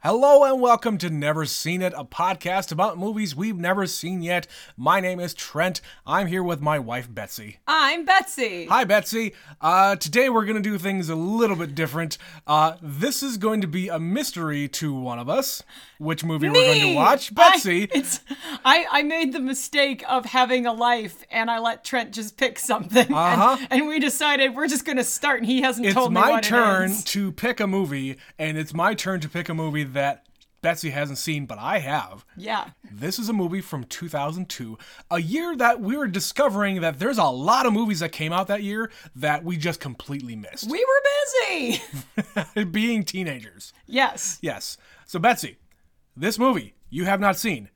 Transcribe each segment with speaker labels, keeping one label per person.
Speaker 1: Hello and welcome to Never Seen It, a podcast about movies we've never seen yet. My name is Trent. I'm here with my wife, Betsy.
Speaker 2: I'm Betsy.
Speaker 1: Hi, Betsy. Uh, today we're going to do things a little bit different. Uh, this is going to be a mystery to one of us, which movie we're going to
Speaker 2: Me!
Speaker 1: watch. Betsy,
Speaker 2: I, it's, I, I made the mistake of having a life and I let Trent just pick something.
Speaker 1: Uh-huh.
Speaker 2: And, and we decided we're just going to start and he hasn't
Speaker 1: it's
Speaker 2: told me
Speaker 1: my
Speaker 2: what it
Speaker 1: turn
Speaker 2: is.
Speaker 1: to pick a movie, and it's my turn to pick a movie that Betsy hasn't seen, but I have.
Speaker 2: Yeah.
Speaker 1: This is a movie from 2002, a year that we were discovering that there's a lot of movies that came out that year that we just completely missed,
Speaker 2: We were busy.
Speaker 1: being teenagers.
Speaker 2: yes.
Speaker 1: Yes. So, Betsy, this movie you have not seen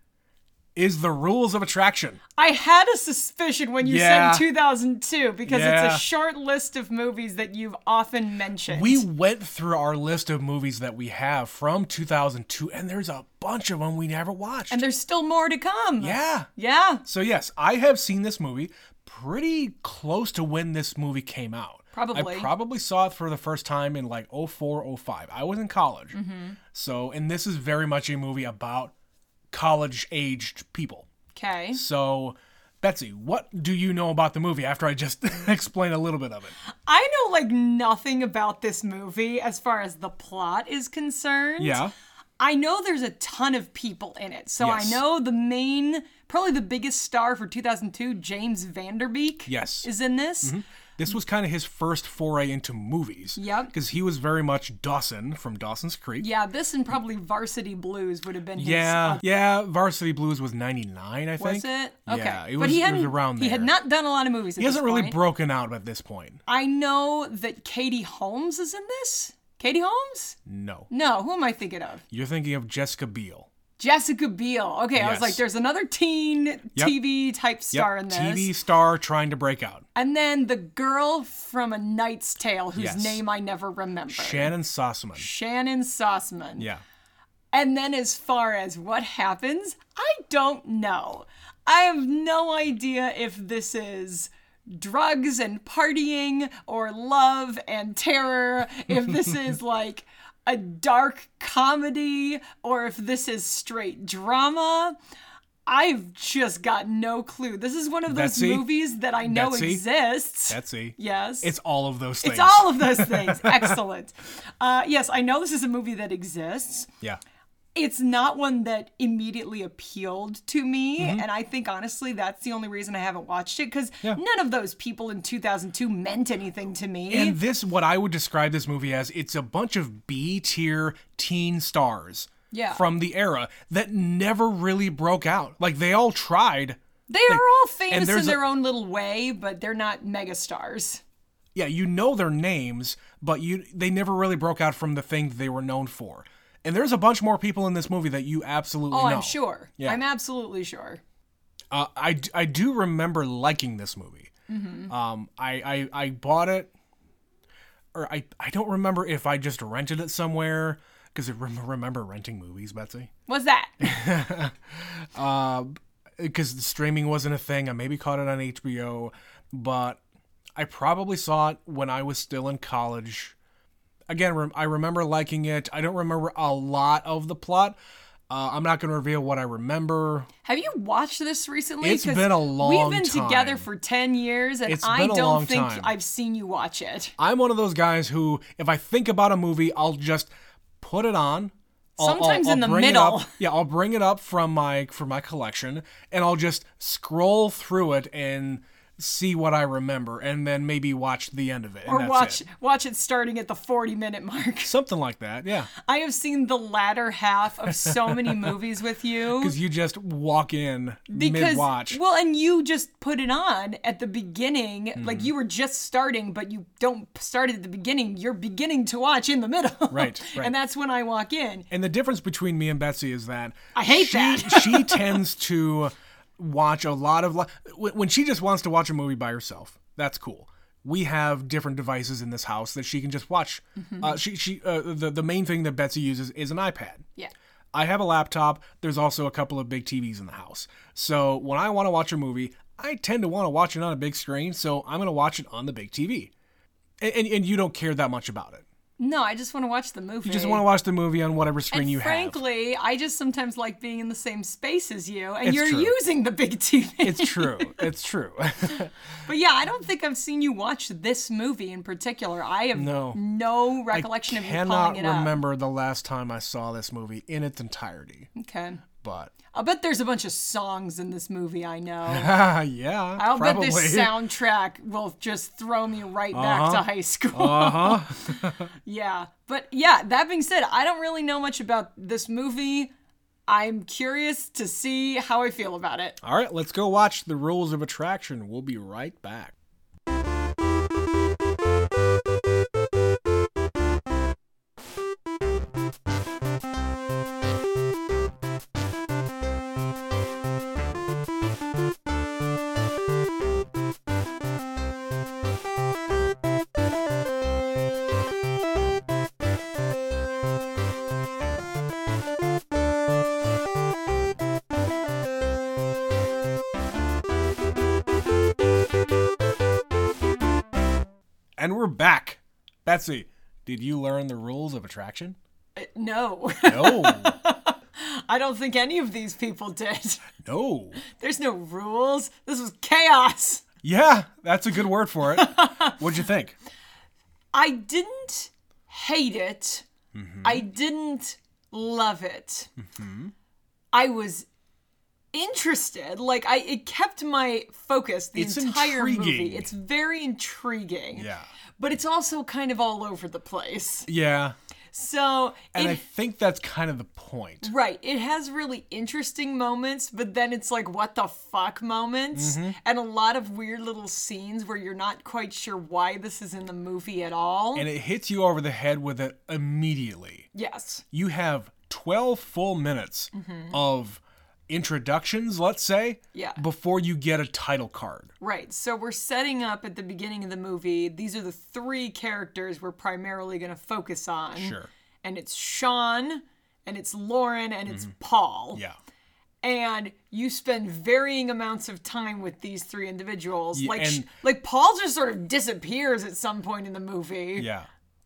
Speaker 1: is The Rules of Attraction.
Speaker 2: I had a suspicion when you
Speaker 1: Yeah.
Speaker 2: said 2002 because it's
Speaker 1: Yeah.
Speaker 2: a short list of movies that you've often mentioned.
Speaker 1: We went through our list of movies that we have from 2002, and there's a bunch of them we never watched.
Speaker 2: and there's still more to come.
Speaker 1: yeah.
Speaker 2: Yeah.
Speaker 1: So, yes, I have seen this movie pretty close to when this movie came out.
Speaker 2: Probably.
Speaker 1: I probably saw it for the first time in like 04, 05. I was in college.
Speaker 2: Mm-hmm.
Speaker 1: So, and this is very much a movie about college aged people.
Speaker 2: Okay.
Speaker 1: So, Betsy, what do you know about the movie after I just explain a little bit of it?
Speaker 2: I know like nothing about this movie as far as the plot is concerned.
Speaker 1: Yeah.
Speaker 2: I know there's a ton of people in it. So
Speaker 1: Yes.
Speaker 2: I know the main, probably the biggest star for 2002, James Vanderbeek.
Speaker 1: Yes. Mm-hmm.
Speaker 2: Is in this.
Speaker 1: This was kind of his first foray into movies.
Speaker 2: Yep.
Speaker 1: Because he was very much Dawson from Dawson's Creek.
Speaker 2: Yeah, this and probably Varsity Blues would have been his.
Speaker 1: Yeah,
Speaker 2: uh,
Speaker 1: yeah. Varsity Blues was '99, I think.
Speaker 2: was it? Okay.
Speaker 1: Yeah, it
Speaker 2: but
Speaker 1: was,
Speaker 2: he
Speaker 1: it was
Speaker 2: hadn't,
Speaker 1: around there.
Speaker 2: He had not done a lot of movies. At
Speaker 1: He hasn't
Speaker 2: this
Speaker 1: really
Speaker 2: point.
Speaker 1: broken out at this point.
Speaker 2: I know that Katie Holmes is in this. Katie Holmes?
Speaker 1: No,
Speaker 2: No, who am I thinking of?
Speaker 1: you're thinking of Jessica Biel.
Speaker 2: Jessica Biel. Okay, I was
Speaker 1: Yes.
Speaker 2: like, there's another teen TV type
Speaker 1: Yep,
Speaker 2: star in this.
Speaker 1: TV star trying to break out.
Speaker 2: And then the girl from A Knight's Tale, whose
Speaker 1: Yes.
Speaker 2: name I never remember.
Speaker 1: Shannon Sossaman.
Speaker 2: Shannon Sossman.
Speaker 1: Yeah.
Speaker 2: And then as far as what happens, I don't know. I have no idea if this is drugs and partying or love and terror, if this is like a dark comedy or if this is straight drama. I've just got no clue. This is one of those
Speaker 1: Betsy?
Speaker 2: movies that I know
Speaker 1: Betsy?
Speaker 2: exists.
Speaker 1: Betsy.
Speaker 2: yes.
Speaker 1: It's all of those things.
Speaker 2: It's all of those things. Excellent. Uh, yes, I know this is a movie that exists.
Speaker 1: Yeah.
Speaker 2: It's not one that immediately appealed to me.
Speaker 1: Mm-hmm.
Speaker 2: And I think, honestly, that's the only reason I haven't watched it because none of those people in 2002 meant anything to me.
Speaker 1: And this, what I would describe this movie as, it's a bunch of B tier teen stars
Speaker 2: Yeah.
Speaker 1: from the era that never really broke out. Like they all tried.
Speaker 2: they are all famous in
Speaker 1: there's a-
Speaker 2: their own little way, but they're not megastars.
Speaker 1: Yeah, you know their names, but you they never really broke out from the thing they were known for. And there's a bunch more people in this movie that you absolutely
Speaker 2: Oh,
Speaker 1: know.
Speaker 2: I'm sure. I'm absolutely sure.
Speaker 1: Uh, I, d- I do remember liking this movie. Um, I, I I bought it, or I I don't remember if I just rented it somewhere because I rem- remember renting movies, Betsy.
Speaker 2: What's that?
Speaker 1: because Uh, streaming wasn't a thing. I maybe caught it on HBO, but I probably saw it when I was still in college. Again, rem- I remember liking it. I don't remember a lot of the plot. Uh, I'm not going to reveal what I remember.
Speaker 2: Have you watched this recently?
Speaker 1: It's
Speaker 2: 'Cause
Speaker 1: been a long
Speaker 2: We've been together
Speaker 1: time.
Speaker 2: for 10 years, and
Speaker 1: It's
Speaker 2: I
Speaker 1: been a
Speaker 2: don't
Speaker 1: long
Speaker 2: think
Speaker 1: time.
Speaker 2: I've seen you watch it.
Speaker 1: I'm one of those guys who, if I think about a movie, I'll just put it on. I'll- I'll-
Speaker 2: Sometimes
Speaker 1: I'll
Speaker 2: in the
Speaker 1: bring it
Speaker 2: middle.
Speaker 1: up- yeah, I'll bring it up from my from my collection, and I'll just scroll through it and see what I remember, and then maybe watch the end of it. and
Speaker 2: or
Speaker 1: that's
Speaker 2: watch
Speaker 1: it.
Speaker 2: watch it starting at the 40 minute mark.
Speaker 1: something like that. Yeah.
Speaker 2: I have seen the latter half of so many movies with you
Speaker 1: because you just walk in mid
Speaker 2: Um, because
Speaker 1: watch.
Speaker 2: well and you just put it on at the beginning
Speaker 1: Hmm.
Speaker 2: like you were just starting but you don't start at the beginning you're beginning to watch in the middle
Speaker 1: Right, right.
Speaker 2: and that's when I walk in
Speaker 1: and the difference between me and Betsy is that
Speaker 2: I hate
Speaker 1: she,
Speaker 2: that.
Speaker 1: she tends to watch a lot of li- when when she just wants to watch a movie by herself. That's cool. We have different devices in this house that she can just watch.
Speaker 2: Mm-hmm.
Speaker 1: Uh, she she uh, the the main thing that Betsy uses is an iPad.
Speaker 2: yeah
Speaker 1: I have a laptop. There's also a couple of big TVs in the house. So when I want to watch a movie, I tend to want to watch it on a big screen. So I'm going to watch it on the big TV. And, and, and you don't care that much about it.
Speaker 2: No, I just want to watch the movie.
Speaker 1: You just want to watch the movie on whatever screen you have.
Speaker 2: Frankly, I just sometimes like being in the same space as you, and
Speaker 1: It's
Speaker 2: you're
Speaker 1: true.
Speaker 2: using the big TV.
Speaker 1: It's true. It's true.
Speaker 2: but yeah, I don't think I've seen you watch this movie in particular. I have
Speaker 1: No.
Speaker 2: no, recollection of you
Speaker 1: Cannot
Speaker 2: pulling it
Speaker 1: remember the last time I saw this movie in its entirety,
Speaker 2: up. Okay.
Speaker 1: but
Speaker 2: I'll bet there's a bunch of songs in this movie I know.
Speaker 1: yeah,
Speaker 2: I'll
Speaker 1: probably. Uh-huh.
Speaker 2: bet this soundtrack will just throw me right back to high school.
Speaker 1: uh huh.
Speaker 2: Yeah. But yeah, that being said, I don't really know much about this movie. I'm curious to see how I feel about it.
Speaker 1: All right, let's go watch The Rules of Attraction. We'll be right back. And we're back. Betsy, did you learn the rules of attraction?
Speaker 2: Uh, No,
Speaker 1: No.
Speaker 2: I don't think any of these people did.
Speaker 1: no.
Speaker 2: There's no rules. This was chaos.
Speaker 1: Yeah, that's a good word for it. What'd you think?
Speaker 2: I didn't hate it.
Speaker 1: Mm-hmm.
Speaker 2: I didn't love it. I was interested. Like I it kept my focus the
Speaker 1: It's
Speaker 2: entire
Speaker 1: intriguing.
Speaker 2: movie. It's very intriguing.
Speaker 1: Yeah.
Speaker 2: But it's also kind of all over the place.
Speaker 1: Yeah.
Speaker 2: So
Speaker 1: And
Speaker 2: it
Speaker 1: I think that's kind of the point.
Speaker 2: Right. It has really interesting moments, but then it's like what the fuck moments
Speaker 1: Mm-hmm.
Speaker 2: and a lot of weird little scenes where you're not quite sure why this is in the movie at all.
Speaker 1: And it hits you over the head with it immediately.
Speaker 2: yes.
Speaker 1: You have 12 full minutes of introductions, let's say,
Speaker 2: Yeah.
Speaker 1: before you get a title card.
Speaker 2: Right. So we're setting up at the beginning of the movie. These are the three characters we're primarily going to focus on.
Speaker 1: Sure.
Speaker 2: And it's Sean, and it's Lauren, and it's Paul.
Speaker 1: Mm-hmm. Yeah.
Speaker 2: And you spend varying amounts of time with these three individuals. like sh-
Speaker 1: and-
Speaker 2: like Paul just sort of disappears at some point in the movie.
Speaker 1: Yeah.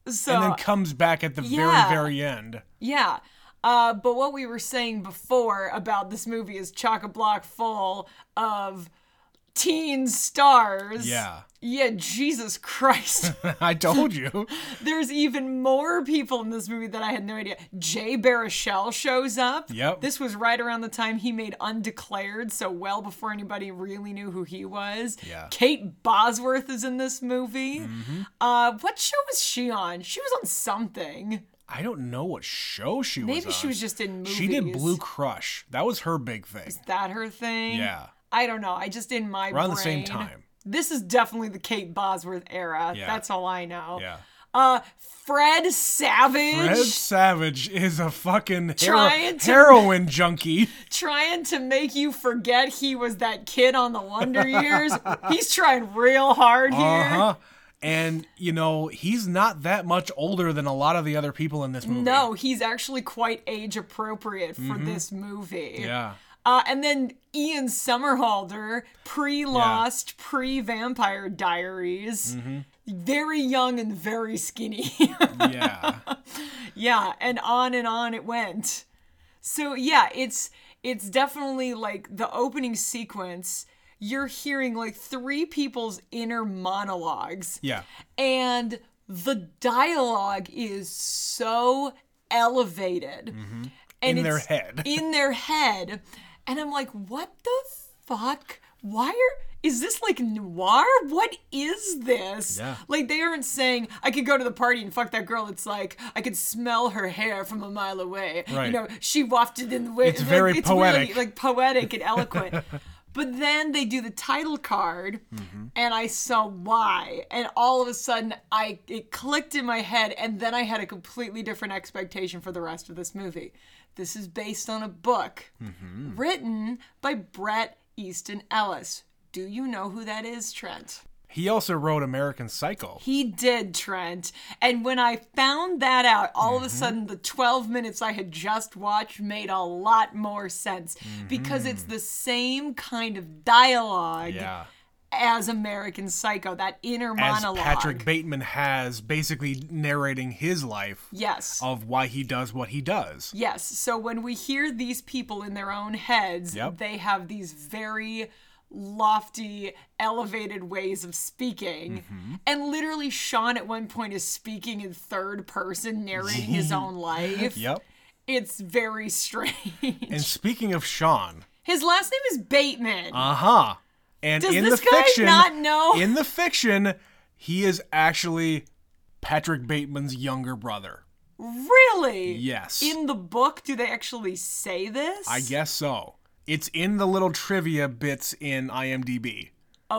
Speaker 2: So
Speaker 1: And then comes back at the
Speaker 2: Uh, yeah.
Speaker 1: very, very end.
Speaker 2: yeah. Uh, but what we were saying before about this movie is chock a block full of teen stars.
Speaker 1: Yeah.
Speaker 2: Yeah, Jesus Christ.
Speaker 1: I told you.
Speaker 2: There's even more people in this movie that I had no idea. Jay Baruchel shows up.
Speaker 1: Yep.
Speaker 2: This was right around the time he made Undeclared, so well before anybody really knew who he was.
Speaker 1: Yeah. Mm-hmm.
Speaker 2: Kate Bosworth is in this movie. Uh, what show was she on? She was on something.
Speaker 1: I don't know what show she was
Speaker 2: Maybe she
Speaker 1: on.
Speaker 2: was just in movies.
Speaker 1: She did Blue Crush. That was her big thing.
Speaker 2: Is that her thing?
Speaker 1: Yeah.
Speaker 2: I don't know. I just in my
Speaker 1: Around the same
Speaker 2: brain-
Speaker 1: time.
Speaker 2: This is definitely the Kate Bosworth era.
Speaker 1: Yeah.
Speaker 2: That's all I know.
Speaker 1: Yeah.
Speaker 2: Uh, Fred Savage.
Speaker 1: Red Savage is a fucking hero-
Speaker 2: Trying to-
Speaker 1: heroin junkie.
Speaker 2: trying to make you forget he was that kid on the Wonder Years. He's trying real hard here.
Speaker 1: Uh huh. And, you know, he's not that much older than a lot of the other people in this movie.
Speaker 2: No, he's actually quite age appropriate for this movie.
Speaker 1: Yeah.
Speaker 2: Uh, and then Ian Somerhalder, pre Lost, pre Vampire Diaries, very young and very skinny.
Speaker 1: Yeah.
Speaker 2: yeah, and on and on it went. So yeah, it's it's definitely like the opening sequence. You're hearing like three people's inner monologues.
Speaker 1: yeah.
Speaker 2: and the dialogue is so elevated and
Speaker 1: Mm-hmm. In their
Speaker 2: it's
Speaker 1: head.
Speaker 2: in their head and i'm like what the fuck why are is this like noir what is this
Speaker 1: Yeah.
Speaker 2: like they aren't saying i could go to the party and fuck that girl it's like i could smell her hair from a mile away
Speaker 1: Right.
Speaker 2: you know she wafted in the wind
Speaker 1: It's very
Speaker 2: it's
Speaker 1: poetic.
Speaker 2: really, like poetic and eloquent but then they do the title card
Speaker 1: Mm-hmm.
Speaker 2: and i saw why and all of a sudden i it clicked in my head and then i had a completely different expectation for the rest of this movie this is based on a book
Speaker 1: Mm-hmm.
Speaker 2: written by brett easton ellis do you know who that is trent
Speaker 1: He also wrote American Psycho.
Speaker 2: he did, Trent. And when I found that out, all
Speaker 1: Mm-hmm.
Speaker 2: of a sudden the 12 minutes I had just watched made a lot more sense because it's the same kind of dialogue
Speaker 1: Mm-hmm. Yeah.
Speaker 2: as American Psycho, that inner
Speaker 1: as
Speaker 2: monologue.
Speaker 1: Patrick Bateman has, basically narrating his life
Speaker 2: Yes.
Speaker 1: of why he does what he does.
Speaker 2: Yes. So when we hear these people in their own heads,
Speaker 1: Yep.
Speaker 2: they have these very lofty, elevated ways of speaking.
Speaker 1: Mm-hmm.
Speaker 2: And literally, Sean at one point is speaking in third person, narrating his own life.
Speaker 1: Yep.
Speaker 2: It's very strange.
Speaker 1: And speaking of Sean,
Speaker 2: His last name is Bateman.
Speaker 1: uh huh. And
Speaker 2: Does
Speaker 1: in
Speaker 2: this
Speaker 1: the
Speaker 2: guy
Speaker 1: fiction,
Speaker 2: not know?
Speaker 1: in the fiction, he is actually Patrick Bateman's younger brother.
Speaker 2: really?
Speaker 1: Yes.
Speaker 2: In the book, do they actually say this?
Speaker 1: I guess so. It's in the little trivia bits in IMDb.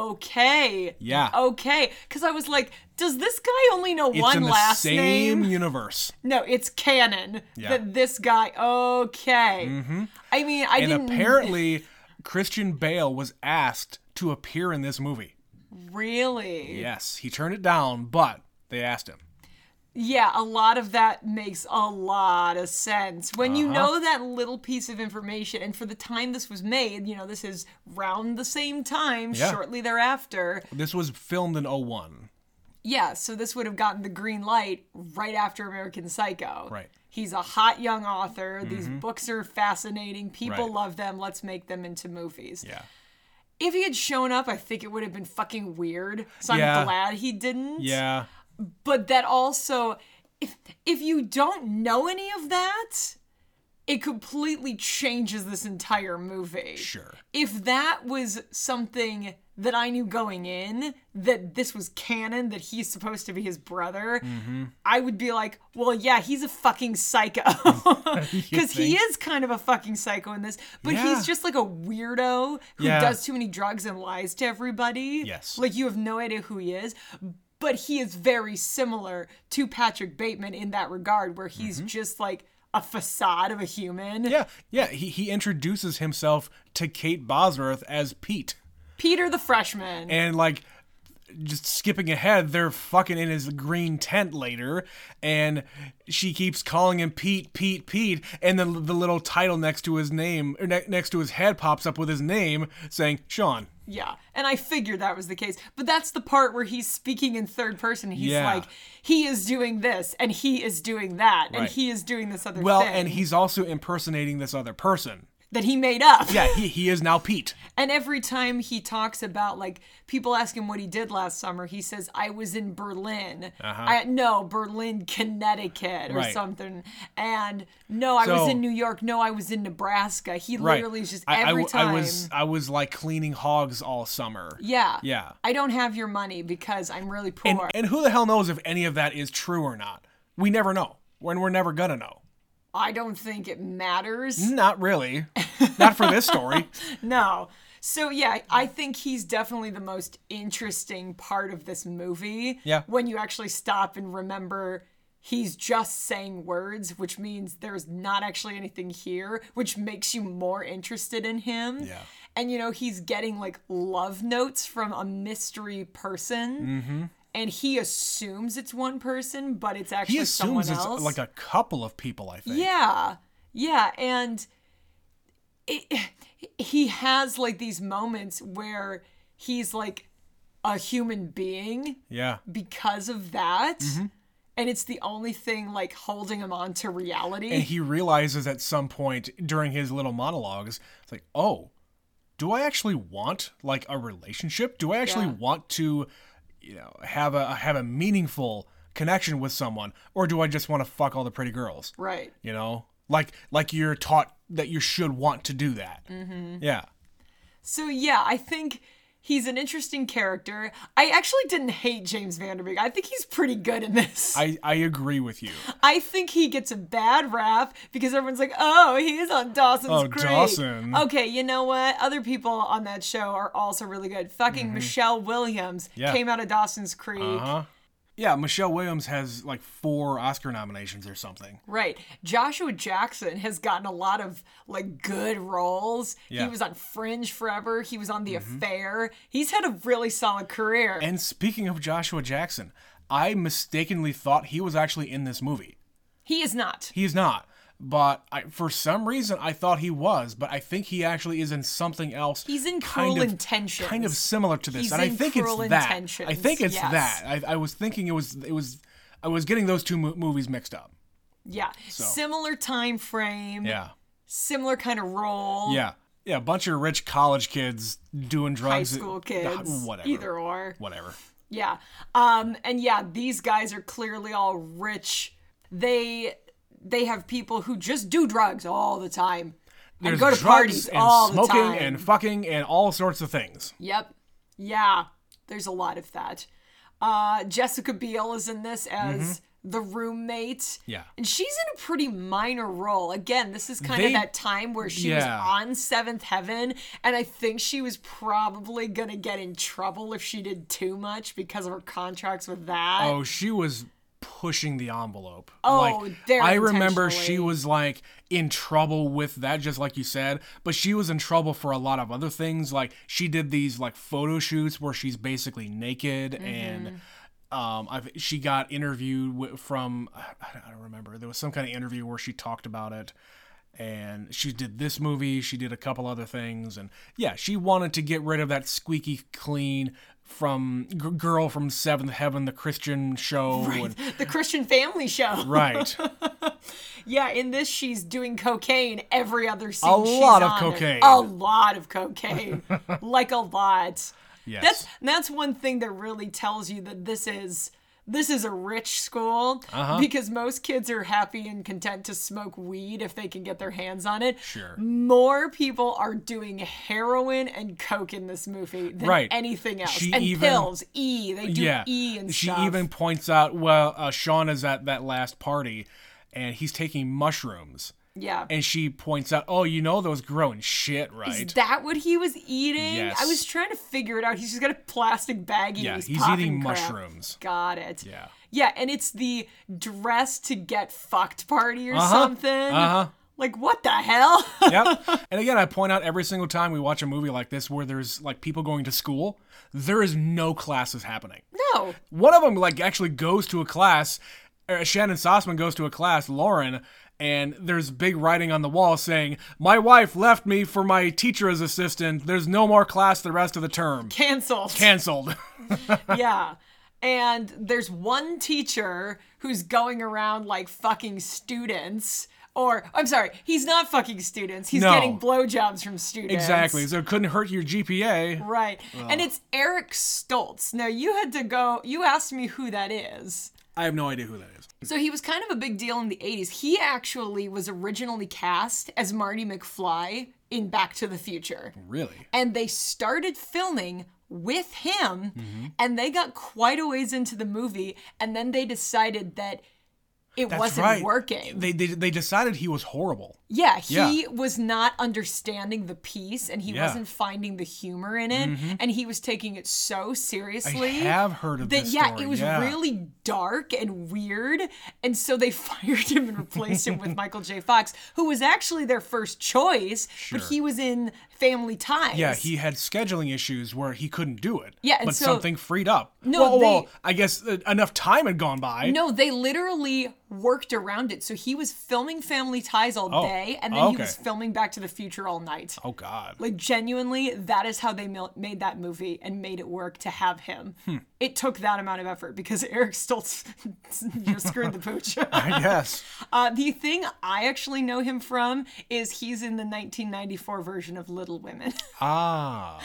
Speaker 2: Okay.
Speaker 1: Yeah.
Speaker 2: Okay. Because I was like, does this guy only know
Speaker 1: It's
Speaker 2: one
Speaker 1: in the
Speaker 2: last
Speaker 1: same
Speaker 2: name?
Speaker 1: universe.
Speaker 2: No, it's canon
Speaker 1: Yeah. Mm-hmm.
Speaker 2: that this guy. Okay. I mean, I
Speaker 1: And
Speaker 2: didn't
Speaker 1: apparently, Christian Bale was asked to appear in this movie.
Speaker 2: really.
Speaker 1: Yes, he turned it down, but they asked him.
Speaker 2: Yeah, a lot of that makes a lot of sense when
Speaker 1: Uh-huh.
Speaker 2: you know that little piece of information. And for the time this was made, you know, this is round the same time,
Speaker 1: Yeah.
Speaker 2: shortly thereafter.
Speaker 1: This was filmed in 01.
Speaker 2: Yeah, so this would have gotten the green light right after American Psycho.
Speaker 1: Right. Mm-hmm.
Speaker 2: He's a hot young author. These books are fascinating. People
Speaker 1: Right.
Speaker 2: love them. Let's make them into movies.
Speaker 1: Yeah.
Speaker 2: If he had shown up, I think it would have been fucking weird. So I'm
Speaker 1: Yeah.
Speaker 2: glad he didn't.
Speaker 1: Yeah.
Speaker 2: But that also if if you don't know any of that, it completely changes this entire movie.
Speaker 1: Sure.
Speaker 2: If that was something that I knew going in that this was canon that he's supposed to be his brother,
Speaker 1: Mm-hmm.
Speaker 2: I would be like, "Well, yeah, he's a fucking psycho." Cuz he
Speaker 1: think?
Speaker 2: is kind of a fucking psycho in this, but
Speaker 1: Yeah.
Speaker 2: he's just like a weirdo who
Speaker 1: Yeah.
Speaker 2: does too many drugs and lies to everybody.
Speaker 1: Yes.
Speaker 2: Like you have no idea who he is, but he is very similar to Patrick Bateman in that regard, where he's just like a facade of a human.
Speaker 1: Mm-hmm. Yeah. Yeah. He, he introduces himself to Kate Bosworth as Pete.
Speaker 2: Peter the freshman.
Speaker 1: And, like, just skipping ahead, they're fucking in his green tent later. And she keeps calling him Pete, Pete, Pete. And then the little title next to his name, or ne- next to his head, pops up with his name saying, Sean.
Speaker 2: yeah. And I figured that was the case. But that's the part where he's speaking in third person. He's
Speaker 1: Yeah.
Speaker 2: like, he is doing this and he is doing that and
Speaker 1: Right.
Speaker 2: he is doing this other
Speaker 1: Well,
Speaker 2: thing
Speaker 1: and he's also impersonating this other person.
Speaker 2: that he made up.
Speaker 1: Yeah, he, he is now Pete.
Speaker 2: And every time he talks about like people ask him what he did last summer, he says, "I was in Berlin." I no Berlin, Connecticut, or
Speaker 1: Uh-huh. Right.
Speaker 2: something. And no, I
Speaker 1: So-
Speaker 2: was in New York. No, I was in Nebraska. He literally is just
Speaker 1: I- I
Speaker 2: every
Speaker 1: w-
Speaker 2: time.
Speaker 1: I was I was like cleaning hogs all summer.
Speaker 2: yeah.
Speaker 1: Yeah.
Speaker 2: I don't have your money because I'm really poor.
Speaker 1: And who the hell knows if any of that is true or not? We never know. When we're never gonna know.
Speaker 2: I don't think it matters.
Speaker 1: Not really. Not for this story.
Speaker 2: No. So yeah, I think he's definitely the most interesting part of this movie.
Speaker 1: Yeah.
Speaker 2: When you actually stop and remember he's just saying words, which means there's not actually anything here, which makes you more interested in him.
Speaker 1: Yeah.
Speaker 2: And you know, he's getting like love notes from a mystery person. And he assumes it's one person, but it's actually
Speaker 1: Mm-hmm. He assumes
Speaker 2: someone
Speaker 1: it's
Speaker 2: else.
Speaker 1: like a couple of people, I think.
Speaker 2: Yeah. Yeah. And it, he has like these moments where he's like a human being
Speaker 1: Yeah.
Speaker 2: because of that.
Speaker 1: Mm-hmm.
Speaker 2: And it's the only thing like holding him on to reality.
Speaker 1: And he realizes at some point during his little monologues, it's like, oh, do I actually want like a relationship? Do I actually
Speaker 2: Yeah.
Speaker 1: want to, you know, have a have a meaningful connection with someone, or do I just want to fuck all the pretty girls?
Speaker 2: right.
Speaker 1: You know, like like you're taught that you should want to do that. Yeah,
Speaker 2: So yeah, I think he's an interesting character. I actually didn't hate James Vanderbeek. I think he's pretty good in this.
Speaker 1: I I agree with you.
Speaker 2: I think he gets a bad rap because everyone's like, "Oh, he's on Dawson's
Speaker 1: Oh,
Speaker 2: Creek."
Speaker 1: Dawson.
Speaker 2: Okay, you know what? Other people on that show are also really good. Fucking Michelle Williams
Speaker 1: Mm-hmm. Yeah. Uh-huh.
Speaker 2: came out of Dawson's Creek,
Speaker 1: Huh? Yeah, Michelle Williams has like four Oscar nominations or something.
Speaker 2: right? Joshua Jackson has gotten a lot of like good roles.
Speaker 1: Yeah. Mm-hmm.
Speaker 2: He was on Fringe forever. He was on The Affair. He's had a really solid career.
Speaker 1: And speaking of Joshua Jackson, I mistakenly thought he was actually in this movie.
Speaker 2: he is not.
Speaker 1: He's not. But I, for some reason, I thought he was, but I think he actually is in something else.
Speaker 2: He's in
Speaker 1: kind
Speaker 2: Cruel
Speaker 1: of-
Speaker 2: Intentions.
Speaker 1: Kind of similar to this,
Speaker 2: He's
Speaker 1: and I
Speaker 2: in
Speaker 1: think
Speaker 2: Cruel
Speaker 1: it's that. I
Speaker 2: Intentions,
Speaker 1: think it's
Speaker 2: yes.
Speaker 1: that. I, I was thinking it was it was. I was getting those two mo- movies mixed up.
Speaker 2: Yeah. Similar time frame,
Speaker 1: Yeah,
Speaker 2: similar kind of role.
Speaker 1: yeah, yeah. A bunch of rich college kids doing
Speaker 2: High
Speaker 1: drugs. Uh,
Speaker 2: school kids.
Speaker 1: Whatever.
Speaker 2: Either or.
Speaker 1: Whatever.
Speaker 2: Yeah. Um and yeah, these guys are clearly all rich. They they have people who just do drugs all the time. and go to
Speaker 1: drugs
Speaker 2: parties
Speaker 1: and
Speaker 2: all
Speaker 1: smoking
Speaker 2: the time.
Speaker 1: and fucking and all sorts of things.
Speaker 2: Yep. Yeah. There's a lot of that. Uh, Jessica Biel is in this as the roommate.
Speaker 1: Mm-hmm. Yeah.
Speaker 2: And she's in a pretty minor role. Again, this is kind
Speaker 1: They-
Speaker 2: of that time where she
Speaker 1: Yeah.
Speaker 2: was on Seventh Heaven, and I think she was probably going to get in trouble if she did too much because of her contracts with that.
Speaker 1: Oh, she was pushing the envelope.
Speaker 2: Oh,
Speaker 1: like,
Speaker 2: there
Speaker 1: I remember she
Speaker 2: intentionally.
Speaker 1: was like in trouble with that, just like you said. But she was in trouble for a lot of other things. Like she did these like photo shoots where she's basically naked and.
Speaker 2: Mm-hmm.
Speaker 1: Um, I've, she got interviewed wi- from I don't- I don't remember. There was some kind of interview where she talked about it, and she did this movie. She did a couple other things, and yeah, she wanted to get rid of that squeaky clean from g- girl from Seventh Heaven, the Christian show, and
Speaker 2: The Christian Family Show.
Speaker 1: Right.
Speaker 2: Yeah, in this, she's doing cocaine every other scene.
Speaker 1: A
Speaker 2: she's
Speaker 1: lot of
Speaker 2: on.
Speaker 1: cocaine.
Speaker 2: A lot of cocaine. like a lot.
Speaker 1: Yes.
Speaker 2: That's that's one thing that really tells you that this is this is a rich school
Speaker 1: Uh-huh.
Speaker 2: because most kids are happy and content to smoke weed if they can get their hands on it.
Speaker 1: Sure.
Speaker 2: More people are doing heroin and coke in this movie than
Speaker 1: Right.
Speaker 2: anything else.
Speaker 1: She
Speaker 2: and
Speaker 1: even-
Speaker 2: pills, E. They do
Speaker 1: yeah.
Speaker 2: E and
Speaker 1: she
Speaker 2: stuff.
Speaker 1: even points out, well, uh, Sean is at that last party, and he's taking mushrooms,
Speaker 2: yeah.
Speaker 1: and she points out, oh, you know those growing shit, right?
Speaker 2: Is that what he was eating? I
Speaker 1: Yes.
Speaker 2: was trying to figure it out. He's just got a plastic baggie.
Speaker 1: yeah,
Speaker 2: and
Speaker 1: he's,
Speaker 2: he's, popping
Speaker 1: eating
Speaker 2: crap.
Speaker 1: mushrooms.
Speaker 2: Got it.
Speaker 1: Yeah.
Speaker 2: Yeah, and it's the dress to get fucked party
Speaker 1: Uh-huh.
Speaker 2: or something.
Speaker 1: Uh huh.
Speaker 2: Like what the hell?
Speaker 1: yep. And again, I point out every single time we watch a movie like this where there's like people going to school, there is no classes happening.
Speaker 2: no.
Speaker 1: One of them like actually goes to a class. Uh, Shannon Sossman goes to a class, Lauren, and there's big writing on the wall saying, "My wife left me for my teacher's assistant. There's no more class the rest of the term.
Speaker 2: Cancelled.
Speaker 1: Canceled."
Speaker 2: yeah. And there's one teacher who's going around like fucking students. Or I'm sorry, he's not fucking students. He's
Speaker 1: No.
Speaker 2: getting blowjobs from students.
Speaker 1: exactly. So it couldn't hurt your GPA.
Speaker 2: Right. And it's Eric Stoltz. Now you had to go you asked me who that is.
Speaker 1: I have no idea who that is.
Speaker 2: So he was kind of a big deal in the 80s. He actually was originally cast as Marty McFly in Back to the Future.
Speaker 1: Really?
Speaker 2: And they started filming with him
Speaker 1: Mm-hmm.
Speaker 2: and they got quite a ways into the movie and then they decided that it wasn't
Speaker 1: right.
Speaker 2: working.
Speaker 1: They, they they decided he was horrible.
Speaker 2: Yeah, he was not understanding the piece and he
Speaker 1: Yeah. Mm-hmm.
Speaker 2: wasn't finding the humor in it and he was taking it so seriously.
Speaker 1: have heard of
Speaker 2: that
Speaker 1: this
Speaker 2: yeah,
Speaker 1: story,
Speaker 2: it was
Speaker 1: yeah.
Speaker 2: really dark and weird. And so they fired him and replaced him with Michael J. Fox, who was actually their first choice,
Speaker 1: Sure.
Speaker 2: but he was in Family Ties.
Speaker 1: Yeah, he had scheduling issues where he couldn't do it.
Speaker 2: Yeah, and
Speaker 1: but
Speaker 2: so-
Speaker 1: something freed up.
Speaker 2: No,
Speaker 1: well,
Speaker 2: they-
Speaker 1: well, I guess uh, enough time had gone by.
Speaker 2: No, they literally worked around it. So he was filming Family Ties all day and then he
Speaker 1: Oh, okay.
Speaker 2: was filming Back to the Future all night.
Speaker 1: Oh God.
Speaker 2: Like genuinely, that is how they mil- made that movie and made it work to have him.
Speaker 1: Hmm.
Speaker 2: It took that amount of effort because Eric Stoltz just screwed the pooch.
Speaker 1: I guess.
Speaker 2: uh, the thing I actually know him from is he's in the 1994 version of Little Women,
Speaker 1: Ah.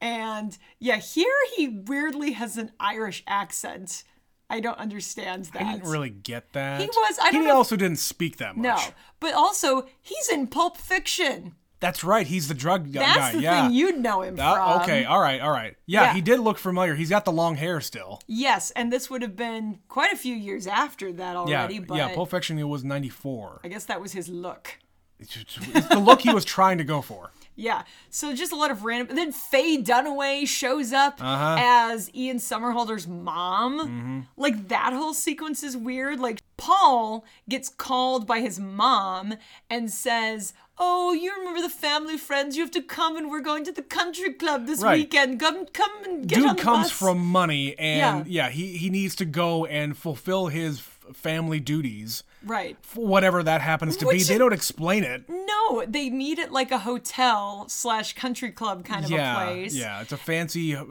Speaker 2: and yeah, here he weirdly has an Irish accent. I don't understand that.
Speaker 1: I didn't really get that. He
Speaker 2: was- I don't
Speaker 1: he
Speaker 2: know if-
Speaker 1: also didn't speak that much.
Speaker 2: no, but also he's in Pulp Fiction.
Speaker 1: That's right. He's the drug gu-
Speaker 2: That's
Speaker 1: guy.
Speaker 2: the
Speaker 1: yeah.
Speaker 2: thing you'd know him
Speaker 1: Uh,
Speaker 2: from.
Speaker 1: okay. All right. All right. Yeah,
Speaker 2: Yeah.
Speaker 1: He did look familiar. He's got the long hair still.
Speaker 2: Yes, and this would have been quite a few years after that
Speaker 1: Yeah.
Speaker 2: already. but
Speaker 1: yeah. Pulp Fiction. It was ninety four.
Speaker 2: I guess that was his look.
Speaker 1: It's, it's- it's the look he was trying to go for.
Speaker 2: Yeah. So just a lot of random. Then Faye Dunaway shows up
Speaker 1: Uh-huh.
Speaker 2: as Ian Somerhalder's mom.
Speaker 1: Mm-hmm.
Speaker 2: Like that whole sequence is weird. Like Paul gets called by his mom and says, "Oh, you remember the family friends? You have to come, and we're going to the country club this
Speaker 1: Right.
Speaker 2: weekend. Come, come and get on
Speaker 1: Dude
Speaker 2: the
Speaker 1: comes
Speaker 2: bus."
Speaker 1: from money, and yeah. he he needs to go and fulfill his family duties,
Speaker 2: Right.
Speaker 1: whatever that happens to be.
Speaker 2: Which-
Speaker 1: They don't explain it.
Speaker 2: No, they need it like a hotel slash country club kind of
Speaker 1: yeah,
Speaker 2: a place.
Speaker 1: yeah, it's a fancy, uh,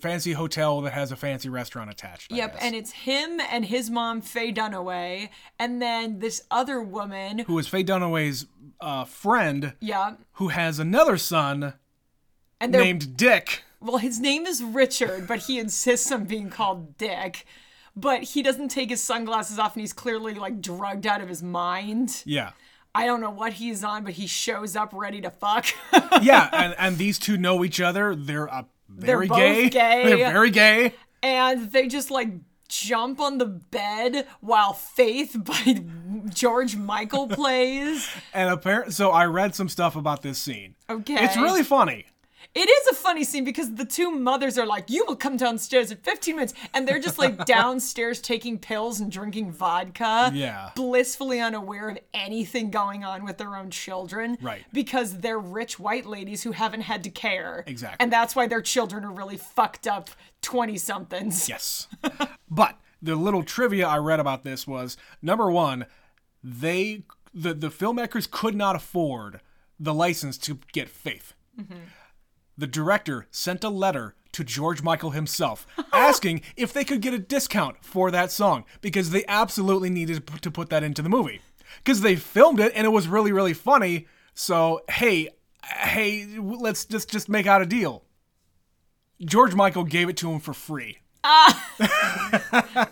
Speaker 1: fancy hotel that has a fancy restaurant attached. I
Speaker 2: Yep,
Speaker 1: guess.
Speaker 2: and it's him and his mom, Faye Dunaway, and then this other woman.
Speaker 1: who is Faye Dunaway's uh, friend,
Speaker 2: yeah,
Speaker 1: who has another son
Speaker 2: and they're
Speaker 1: named Dick.
Speaker 2: well, his name is Richard, but he insists on being called Dick. But he doesn't take his sunglasses off, and he's clearly like drugged out of his mind.
Speaker 1: Yeah,
Speaker 2: I don't know what he's on, but he shows up ready to fuck.
Speaker 1: yeah, and, and these two know each other. They're uh, very
Speaker 2: both
Speaker 1: gay.
Speaker 2: gay.
Speaker 1: They're very gay.
Speaker 2: and they just like jump on the bed while Faith by George Michael plays.
Speaker 1: And apparently, so I read some stuff about this scene.
Speaker 2: Okay.
Speaker 1: It's really funny.
Speaker 2: It is a funny scene because the two mothers are like, "You will come downstairs in 15 minutes," and they're just like downstairs taking pills and drinking vodka,
Speaker 1: Yeah.
Speaker 2: blissfully unaware of anything going on with their own children,
Speaker 1: Right.
Speaker 2: Because they're rich white ladies who haven't had to care,
Speaker 1: Exactly.
Speaker 2: and that's why their children are really fucked up 20 somethings.
Speaker 1: Yes. but the little trivia I read about this was number one, they the the filmmakers could not afford the license to get Faith. The director sent a letter to George Michael himself asking if they could get a discount for that song because they absolutely needed p- to put that into the movie because they filmed it and it was really really funny. So hey, hey, w- let's just just make out a deal. George Michael gave it to him for free.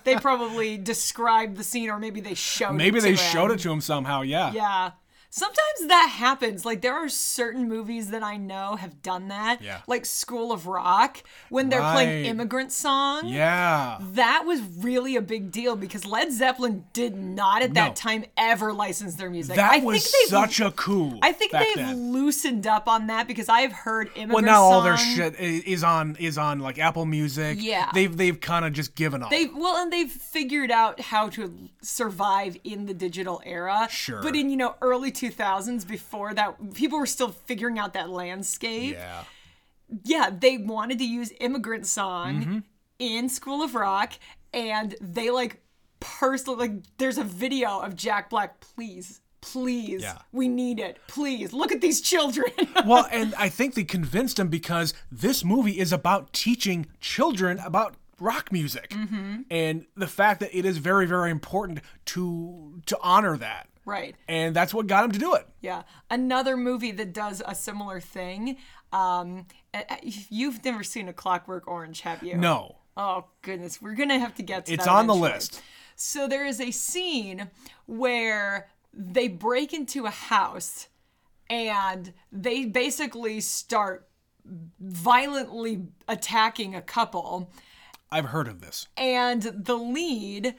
Speaker 2: They probably described the scene, or maybe they showed.
Speaker 1: Maybe
Speaker 2: it
Speaker 1: they
Speaker 2: to
Speaker 1: showed
Speaker 2: him.
Speaker 1: it to him somehow. Yeah.
Speaker 2: Yeah. Sometimes that happens. Like there are certain movies that I know have done that.
Speaker 1: Yeah.
Speaker 2: Like School of Rock when they're playing
Speaker 1: Right.
Speaker 2: Immigrant Song.
Speaker 1: Yeah.
Speaker 2: That was really a big deal because Led Zeppelin did not at that
Speaker 1: No.
Speaker 2: time ever license their music.
Speaker 1: That
Speaker 2: I
Speaker 1: was
Speaker 2: think they've,
Speaker 1: such a coup.
Speaker 2: I think
Speaker 1: back
Speaker 2: they've
Speaker 1: then.
Speaker 2: loosened up on that because I have heard Immigrant
Speaker 1: Well, now all their
Speaker 2: Song-
Speaker 1: shit i- is on is on like Apple Music.
Speaker 2: Yeah.
Speaker 1: They've they've kind of just given up.
Speaker 2: They well, and they've figured out how to survive in the digital era.
Speaker 1: Sure.
Speaker 2: but in you know early two thousands, before that, people were still figuring out that landscape.
Speaker 1: yeah.
Speaker 2: yeah, they wanted to use immigrant song
Speaker 1: Mm-hmm.
Speaker 2: in School of Rock, and they like personally like there's a video of Jack Black, please. Please,
Speaker 1: Yeah.
Speaker 2: we need it. Please, look at these children.
Speaker 1: Well, and I think they convinced him because this movie is about teaching children about rock music,
Speaker 2: Mm-hmm.
Speaker 1: and the fact that it is very very important to to honor that,
Speaker 2: right.
Speaker 1: and that's what got him to do it.
Speaker 2: Yeah. Another movie that does a similar thing. Um, uh, uh, you've never seen A Clockwork Orange, have you?
Speaker 1: No,
Speaker 2: Oh, goodness. We're going to have to get to
Speaker 1: it's
Speaker 2: that
Speaker 1: on the
Speaker 2: eventually.
Speaker 1: list.
Speaker 2: So there is a scene where they break into a house and they basically start violently attacking a couple
Speaker 1: I've heard of this.
Speaker 2: and the lead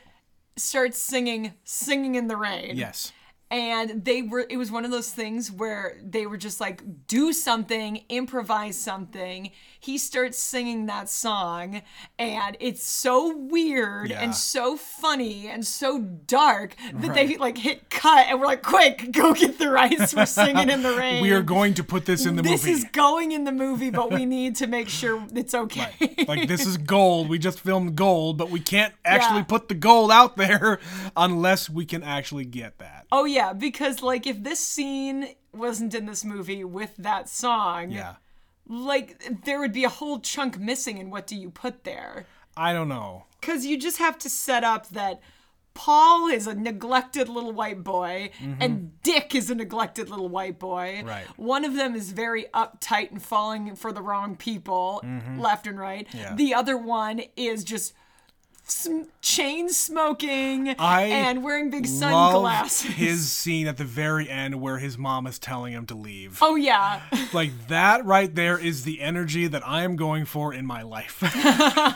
Speaker 2: starts singing singing in the rain
Speaker 1: Yes.
Speaker 2: and they were it was one of those things where they were just like do something improvise something he starts singing that song and it's so weird
Speaker 1: Yeah.
Speaker 2: and so funny and so dark that they like hit cut and we're like quick go get the rice we're singing in the rain
Speaker 1: We are going to put this in the
Speaker 2: this
Speaker 1: movie.
Speaker 2: is going in the movie but we need to make sure it's okay
Speaker 1: Like this is gold. We just filmed gold, but we can't actually
Speaker 2: Yeah.
Speaker 1: put the gold out there unless we can actually get that.
Speaker 2: oh yeah because like if this scene wasn't in this movie with that song
Speaker 1: Yeah.
Speaker 2: like there would be a whole chunk missing in what do you put there
Speaker 1: I don't know.
Speaker 2: because you just have to set up that paul is a neglected little white boy and dick is a neglected little white boy
Speaker 1: Mm-hmm. Right.
Speaker 2: one of them is very uptight and falling for the wrong people
Speaker 1: Mm-hmm.
Speaker 2: left and right the other one is just sm- chain smoking
Speaker 1: I
Speaker 2: and wearing big
Speaker 1: Love
Speaker 2: sunglasses
Speaker 1: his scene at the very end where his mom is telling him to leave.
Speaker 2: oh yeah
Speaker 1: Like that right there is the energy that I am going for in my life.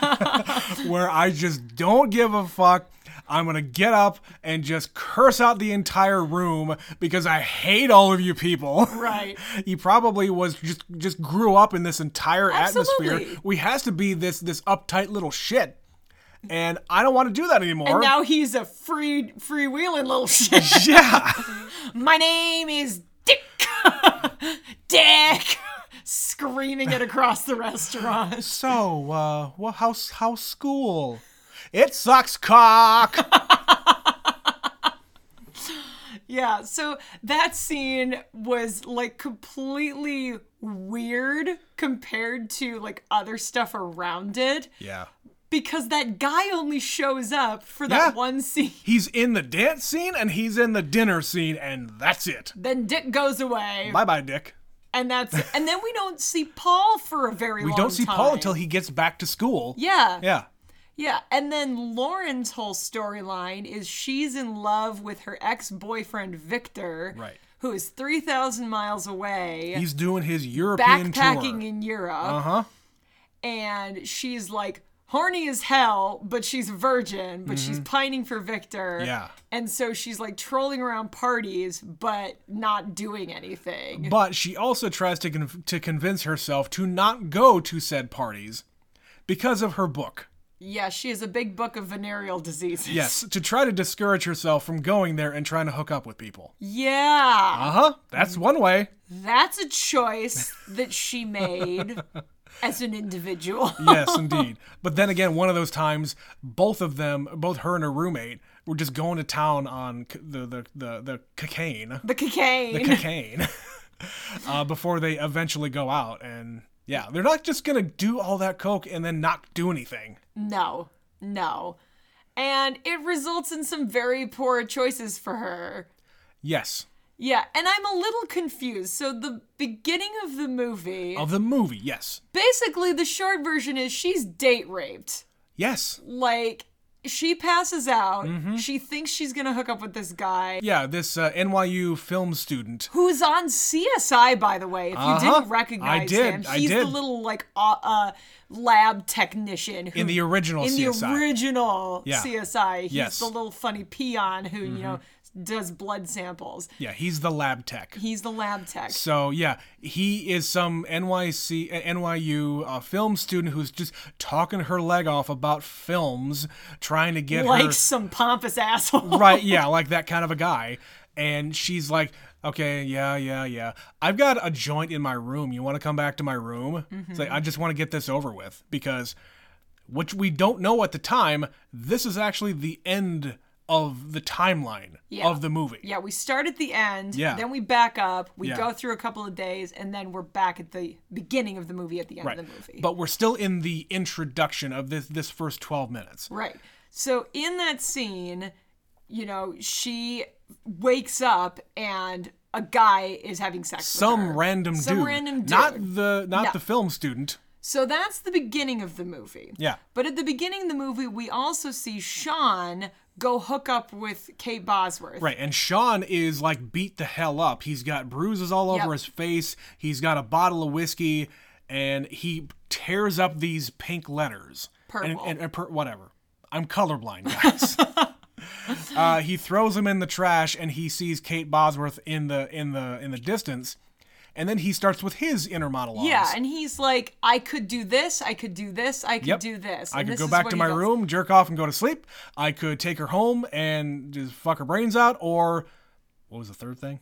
Speaker 1: where I just don't give a fuck. I'm going to get up and just curse out the entire room because I hate all of you people.
Speaker 2: right
Speaker 1: he probably was just just grew up in this entire
Speaker 2: Absolutely.
Speaker 1: atmosphere. We has to be this this uptight little shit, and I don't want to do that anymore.
Speaker 2: and now he's a free freewheeling little shit
Speaker 1: yeah,
Speaker 2: My name is Dick. Dick. Screaming it across the restaurant.
Speaker 1: so uh, well, how's how's school? It sucks, cock.
Speaker 2: Yeah, so that scene was like completely weird compared to like other stuff around it
Speaker 1: Yeah.
Speaker 2: because that guy only shows up for
Speaker 1: Yeah.
Speaker 2: that one scene.
Speaker 1: He's in the dance scene and he's in the dinner scene, and that's it.
Speaker 2: Then Dick goes away,
Speaker 1: Bye bye, Dick.
Speaker 2: and that's and then we don't see Paul for a very
Speaker 1: We
Speaker 2: long
Speaker 1: don't see Paul
Speaker 2: time.
Speaker 1: until he gets back to school.
Speaker 2: yeah,
Speaker 1: Yeah.
Speaker 2: Yeah, and then Lauren's whole storyline is she's in love with her ex boyfriend Victor,
Speaker 1: Right.
Speaker 2: Who is three thousand miles away,
Speaker 1: He's doing his European
Speaker 2: backpacking
Speaker 1: tour.
Speaker 2: in Europe,
Speaker 1: Uh huh.
Speaker 2: and she's like horny as hell, but she's a virgin, but she's pining for Victor.
Speaker 1: Mm-hmm. Yeah.
Speaker 2: and so she's like trolling around parties, but not doing anything.
Speaker 1: But she also tries to conv- to convince herself to not go to said parties because of her book.
Speaker 2: Yeah, she has a big book of venereal diseases.
Speaker 1: Yes, to try to discourage herself from going there and trying to hook up with people.
Speaker 2: yeah.
Speaker 1: Uh huh. That's one way.
Speaker 2: That's a choice that she made as an individual.
Speaker 1: Yes, indeed. But then again, one of those times, both of them, both her and her roommate, were just going to town on c- the the the, the cocaine,
Speaker 2: The cocaine.
Speaker 1: cocaine, uh, before they eventually go out. And yeah, they're not just gonna do all that coke and then not do anything.
Speaker 2: No, no. And it results in some very poor choices for her.
Speaker 1: Yes,
Speaker 2: Yeah, and I'm a little confused. So, the beginning of the movie,
Speaker 1: of the movie. Yes,
Speaker 2: basically, the short version is she's date raped.
Speaker 1: yes,
Speaker 2: Like, she passes out. She thinks she's going to hook up with this guy
Speaker 1: yeah. This uh, NYU film student.
Speaker 2: who's on CSI, by the way. If
Speaker 1: Uh-huh.
Speaker 2: you didn't recognize
Speaker 1: I did,
Speaker 2: him,
Speaker 1: I
Speaker 2: he's the
Speaker 1: did.
Speaker 2: little like uh, uh, lab technician who,
Speaker 1: In the original
Speaker 2: in the
Speaker 1: CSI.
Speaker 2: original
Speaker 1: Yeah.
Speaker 2: CSI, he's
Speaker 1: Yes. Mm-hmm.
Speaker 2: the little funny peon who you know does blood samples.
Speaker 1: yeah, he's the lab tech.
Speaker 2: He's the lab tech.
Speaker 1: So yeah, he is some NYC uh, NYU uh, film student who's just talking her leg off about films, trying to get
Speaker 2: Like
Speaker 1: her
Speaker 2: some pompous asshole.
Speaker 1: right. Yeah, like that kind of a guy. And she's like, "Okay, yeah, yeah, yeah. I've got a joint in my room. You want to come back to my room? It's
Speaker 2: Mm-hmm.
Speaker 1: like I just want to get this over with because, which we don't know at the time, this is actually the end of the timeline
Speaker 2: Yeah.
Speaker 1: of the movie.
Speaker 2: Yeah, we start at the end,
Speaker 1: Yeah.
Speaker 2: then we back up, we
Speaker 1: Yeah.
Speaker 2: go through a couple of days, and then we're back at the beginning of the movie at the end of the movie.
Speaker 1: But we're still in the introduction of this this first 12 minutes.
Speaker 2: Right. So in that scene, you know, she wakes up and a guy is having sex with
Speaker 1: Some
Speaker 2: her.
Speaker 1: random
Speaker 2: Some
Speaker 1: dude.
Speaker 2: random dude.
Speaker 1: Not the not
Speaker 2: No.
Speaker 1: the film student.
Speaker 2: So that's the beginning of the movie.
Speaker 1: Yeah.
Speaker 2: But at the beginning of the movie, we also see Sean go hook up with Kate Bosworth.
Speaker 1: Right, and Sean is like beat the hell up. He's got bruises all over
Speaker 2: Yep.
Speaker 1: his face. He's got a bottle of whiskey, and he tears up these pink letters. And-
Speaker 2: Purple.
Speaker 1: And, and pur- whatever. I'm colorblind, guys. uh, he throws them in the trash, and he sees Kate Bosworth in the in the in the distance, and then he starts with his inner monologue.
Speaker 2: Yeah, and he's like, I could do this, I could do this, I could
Speaker 1: Yep.
Speaker 2: do this.
Speaker 1: I
Speaker 2: and
Speaker 1: could
Speaker 2: this
Speaker 1: go
Speaker 2: is
Speaker 1: back
Speaker 2: what
Speaker 1: to
Speaker 2: he
Speaker 1: my
Speaker 2: does.
Speaker 1: room, jerk off, and go to sleep. I could take her home and just fuck her brains out, or what was the third thing?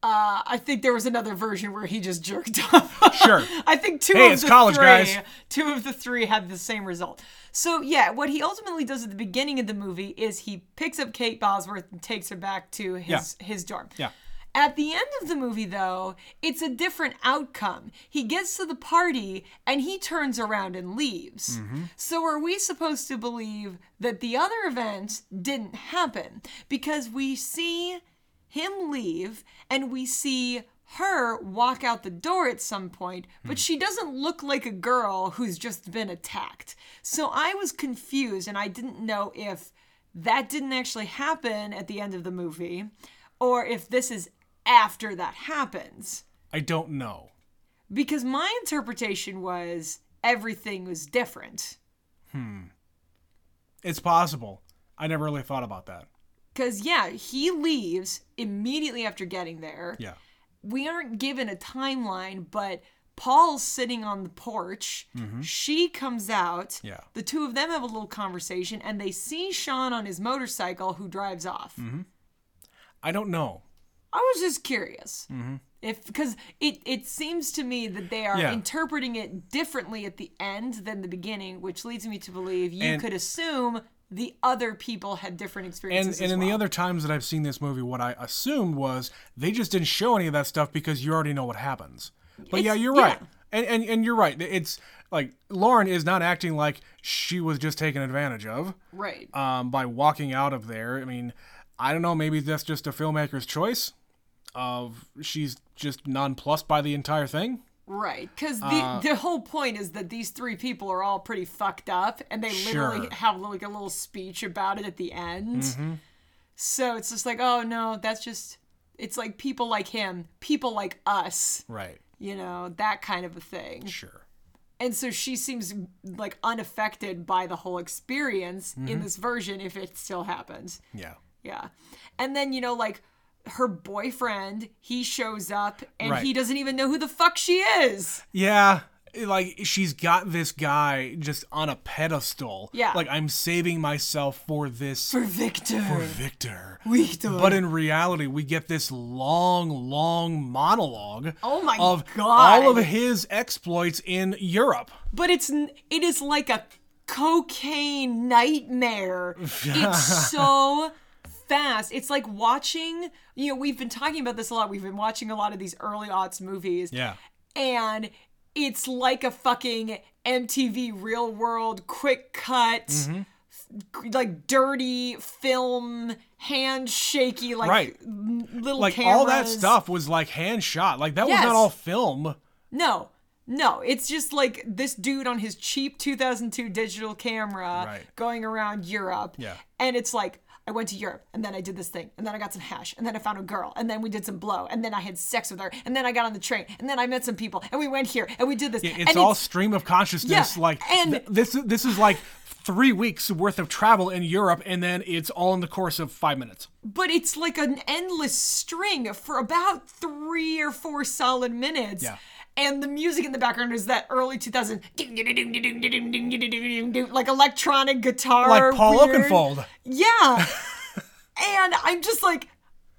Speaker 2: Uh, I think there was another version where he just jerked off.
Speaker 1: Sure.
Speaker 2: I think two
Speaker 1: Hey,
Speaker 2: of
Speaker 1: it's
Speaker 2: the
Speaker 1: college,
Speaker 2: three,
Speaker 1: guys.
Speaker 2: two of the three had the same result. So yeah, what he ultimately does at the beginning of the movie is he picks up Kate Bosworth and takes her back to his his dorm.
Speaker 1: Yeah.
Speaker 2: At the end of the movie, though, it's a different outcome. He gets to the party and he turns around and leaves.
Speaker 1: Mm-hmm.
Speaker 2: So, are we supposed to believe that the other events didn't happen? Because we see him leave and we see her walk out the door at some point, but she doesn't look like a girl who's just been attacked. So, I was confused and I didn't know if that didn't actually happen at the end of the movie or if this is after that happens.
Speaker 1: I don't know.
Speaker 2: Because my interpretation was everything was different.
Speaker 1: It's possible. I never really thought about that.
Speaker 2: Because, yeah, he leaves immediately after getting there.
Speaker 1: Yeah.
Speaker 2: We aren't given a timeline, but Paul's sitting on the porch. She comes out.
Speaker 1: Mm-hmm. Yeah.
Speaker 2: The two of them have a little conversation and they see Sean on his motorcycle who drives off.
Speaker 1: Mm-hmm. I don't know.
Speaker 2: I was just curious. If because it it seems to me that they are
Speaker 1: Mm-hmm. Yeah.
Speaker 2: interpreting it differently at the end than the beginning, which leads me to believe you
Speaker 1: And-
Speaker 2: could assume the other people had different
Speaker 1: And,
Speaker 2: experiences.
Speaker 1: and
Speaker 2: as
Speaker 1: in the
Speaker 2: well.
Speaker 1: other times that I've seen this movie, what I assumed was they just didn't show any of that stuff because you already know what happens. But yeah, you're right.
Speaker 2: yeah.
Speaker 1: And, and and you're right. It's like Lauren is not acting like she was just taken advantage of
Speaker 2: right.
Speaker 1: um, by walking out of there. I mean, I don't know. Maybe that's just a filmmaker's choice of she's just nonplussed by the entire thing.
Speaker 2: Right, because the
Speaker 1: Uh,
Speaker 2: the whole point is that these three people are all pretty fucked up, and they literally
Speaker 1: Sure. Mm-hmm.
Speaker 2: have like a little speech about it at the end. So it's just like, oh no, that's just it's like people like him, people like us,
Speaker 1: Right.
Speaker 2: you know, that kind of a thing.
Speaker 1: Sure.
Speaker 2: And so she seems like unaffected by the whole experience
Speaker 1: Mm-hmm.
Speaker 2: in this version, if it still happens.
Speaker 1: Yeah.
Speaker 2: Yeah. And then, you know, like her boyfriend, he shows up and
Speaker 1: Right.
Speaker 2: he doesn't even know who the fuck she is.
Speaker 1: Yeah. Like she's got this guy just on a pedestal.
Speaker 2: Yeah.
Speaker 1: Like I'm saving myself for this
Speaker 2: For Victor.
Speaker 1: Victor.
Speaker 2: Victor.
Speaker 1: But in reality, we get this long, long monologue
Speaker 2: Oh my
Speaker 1: of
Speaker 2: God.
Speaker 1: all of his exploits in Europe.
Speaker 2: but it's n- it is like a cocaine nightmare. it's so fast. It's like watching, you know, we've been talking about this a lot. We've been watching a lot of these early aughts movies.
Speaker 1: Yeah.
Speaker 2: And it's like a fucking MTV real world quick cut.
Speaker 1: Mm-hmm.
Speaker 2: g- Like dirty film, hand shaky, like
Speaker 1: Right.
Speaker 2: n- little
Speaker 1: Like all that
Speaker 2: cameras.
Speaker 1: stuff was like hand shot. Like that was
Speaker 2: Yes.
Speaker 1: not all film.
Speaker 2: No, no. It's just like this dude on his cheap 2002 digital camera
Speaker 1: Right.
Speaker 2: going around Europe.
Speaker 1: Yeah.
Speaker 2: And it's like, I went to Europe and then I did this thing and then I got some hash and then I found a girl and then we did some blow and then I had sex with her and then I got on the train and then I met some people and we went here and we did this.
Speaker 1: It's
Speaker 2: and
Speaker 1: all stream of consciousness.
Speaker 2: Yeah,
Speaker 1: Like
Speaker 2: and-
Speaker 1: th- this this is like three weeks worth of travel in Europe, and then it's all in the course of five minutes.
Speaker 2: but it's like an endless string for about three or four solid minutes.
Speaker 1: Yeah.
Speaker 2: And the music in the background is that early 2000 like electronic guitar.
Speaker 1: Like Paul
Speaker 2: weird-
Speaker 1: Oakenfold.
Speaker 2: Yeah. and I'm just like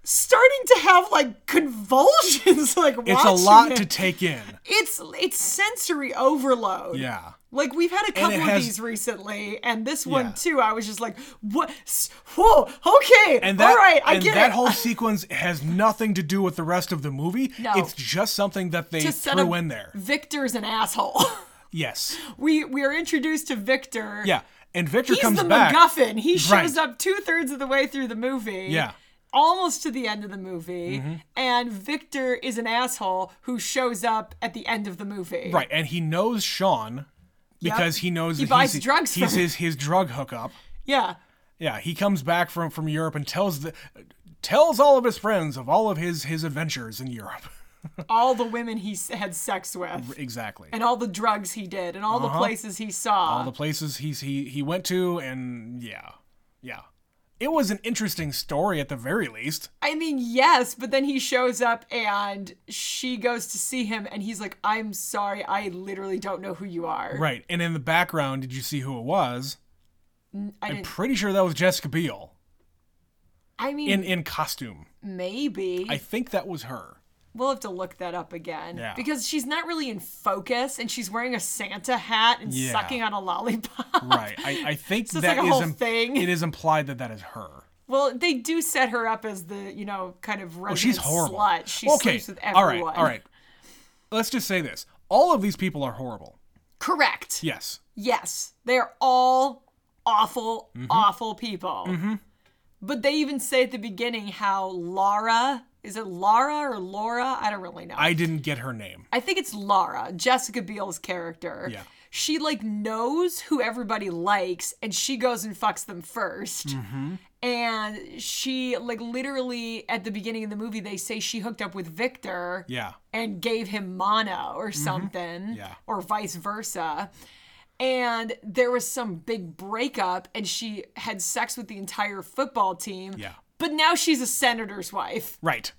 Speaker 2: starting to have like convulsions like
Speaker 1: It's a lot to take in.
Speaker 2: it's it's sensory overload.
Speaker 1: Yeah.
Speaker 2: Like we've had a couple of
Speaker 1: has-
Speaker 2: these recently, and this one
Speaker 1: Yeah.
Speaker 2: too. I was just like, "What? S- Whoa, okay,
Speaker 1: And that,
Speaker 2: all right, I
Speaker 1: and
Speaker 2: get
Speaker 1: that
Speaker 2: it."
Speaker 1: whole sequence has nothing to do with the rest of the movie.
Speaker 2: No.
Speaker 1: It's just something that they
Speaker 2: To set
Speaker 1: threw
Speaker 2: up-
Speaker 1: in there.
Speaker 2: Victor's an asshole.
Speaker 1: Yes.
Speaker 2: we we are introduced to Victor.
Speaker 1: Yeah. And Victor
Speaker 2: he's
Speaker 1: comes
Speaker 2: the
Speaker 1: back.
Speaker 2: MacGuffin. He shows
Speaker 1: Right.
Speaker 2: up two thirds of the way through the movie.
Speaker 1: Yeah. Mm-hmm.
Speaker 2: Almost to the end of the movie, and Victor is an asshole who shows up at the end of the movie.
Speaker 1: Right. And he knows Sean because he knows
Speaker 2: He
Speaker 1: that
Speaker 2: buys
Speaker 1: he's,
Speaker 2: drugs
Speaker 1: he's
Speaker 2: from-
Speaker 1: his, his drug hookup.
Speaker 2: Yeah.
Speaker 1: Yeah. He comes back from, from Europe and tells the, tells all of his friends of all of his, his adventures in Europe.
Speaker 2: All the women he s- had sex with,
Speaker 1: Exactly.
Speaker 2: and all the drugs he did, and all the places he saw.
Speaker 1: Uh-huh. all the places he's, he, he went to. And yeah. Yeah. It was an interesting story at the very least.
Speaker 2: I mean, yes, but then he shows up and she goes to see him and he's like, I'm sorry, I literally don't know who you are.
Speaker 1: Right. And in the background, did you see who it was?
Speaker 2: I,
Speaker 1: I'm
Speaker 2: didn't,
Speaker 1: pretty sure that was Jessica Biel
Speaker 2: I mean,
Speaker 1: in, in costume.
Speaker 2: maybe.
Speaker 1: I think that was her.
Speaker 2: we'll have to look that up again.
Speaker 1: Yeah.
Speaker 2: Because she's not really in focus and she's wearing a Santa hat and
Speaker 1: Yeah.
Speaker 2: sucking on a lollipop.
Speaker 1: Right. I, I think
Speaker 2: it's
Speaker 1: that
Speaker 2: like a
Speaker 1: is
Speaker 2: whole
Speaker 1: im-
Speaker 2: thing.
Speaker 1: It is implied that that is her.
Speaker 2: Well, they do set her up as the, you know, kind of resident
Speaker 1: Oh, She's horrible.
Speaker 2: slut. She
Speaker 1: okay.
Speaker 2: sleeps with
Speaker 1: all
Speaker 2: everyone.
Speaker 1: right. All right. Let's just say this: all of these people are horrible.
Speaker 2: Correct.
Speaker 1: Yes.
Speaker 2: Yes, they're all awful,
Speaker 1: Mm-hmm.
Speaker 2: awful people. But they even say at the beginning how Laura is it Laura or Laura? I don't really know.
Speaker 1: I didn't get her name.
Speaker 2: I think it's Laura, Jessica Biel's character.
Speaker 1: Yeah.
Speaker 2: She like knows who everybody likes and she goes and fucks them 1st
Speaker 1: Mm-hmm.
Speaker 2: And she like literally at the beginning of the movie they say she hooked up with Victor
Speaker 1: Yeah. Mm-hmm.
Speaker 2: and gave him mono or something
Speaker 1: Yeah.
Speaker 2: or vice versa and there was some big breakup and she had sex with the entire football team
Speaker 1: Yeah.
Speaker 2: but now she's a senator's wife
Speaker 1: Right.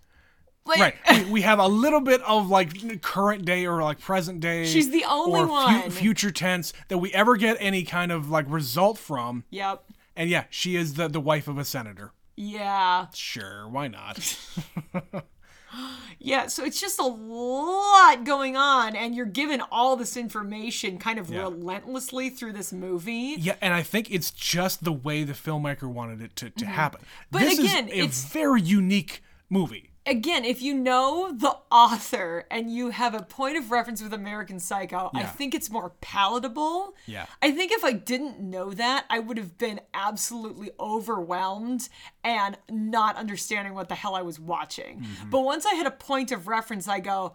Speaker 2: like
Speaker 1: Right. We, we have a little bit of like current day or like present day.
Speaker 2: She's the only
Speaker 1: or fu-
Speaker 2: one.
Speaker 1: future tense that we ever get any kind of like result from.
Speaker 2: yep
Speaker 1: And yeah, she is the the wife of a senator.
Speaker 2: yeah
Speaker 1: Sure. Why not?
Speaker 2: Yeah, so it's just a lot going on, and you're given all this information kind of relentlessly through this movie.
Speaker 1: Yeah, and I think it's just the way the filmmaker wanted it to, to happen.
Speaker 2: Mm-hmm. But
Speaker 1: this
Speaker 2: again,
Speaker 1: is a
Speaker 2: it's-
Speaker 1: very unique movie.
Speaker 2: Again, if you know the author and you have a point of reference with American Psycho, I
Speaker 1: Yeah.
Speaker 2: think it's more palatable.
Speaker 1: Yeah.
Speaker 2: I think if I didn't know that, I would have been absolutely overwhelmed and not understanding what the hell I was watching.
Speaker 1: Mm-hmm.
Speaker 2: But once I had a point of reference, I go,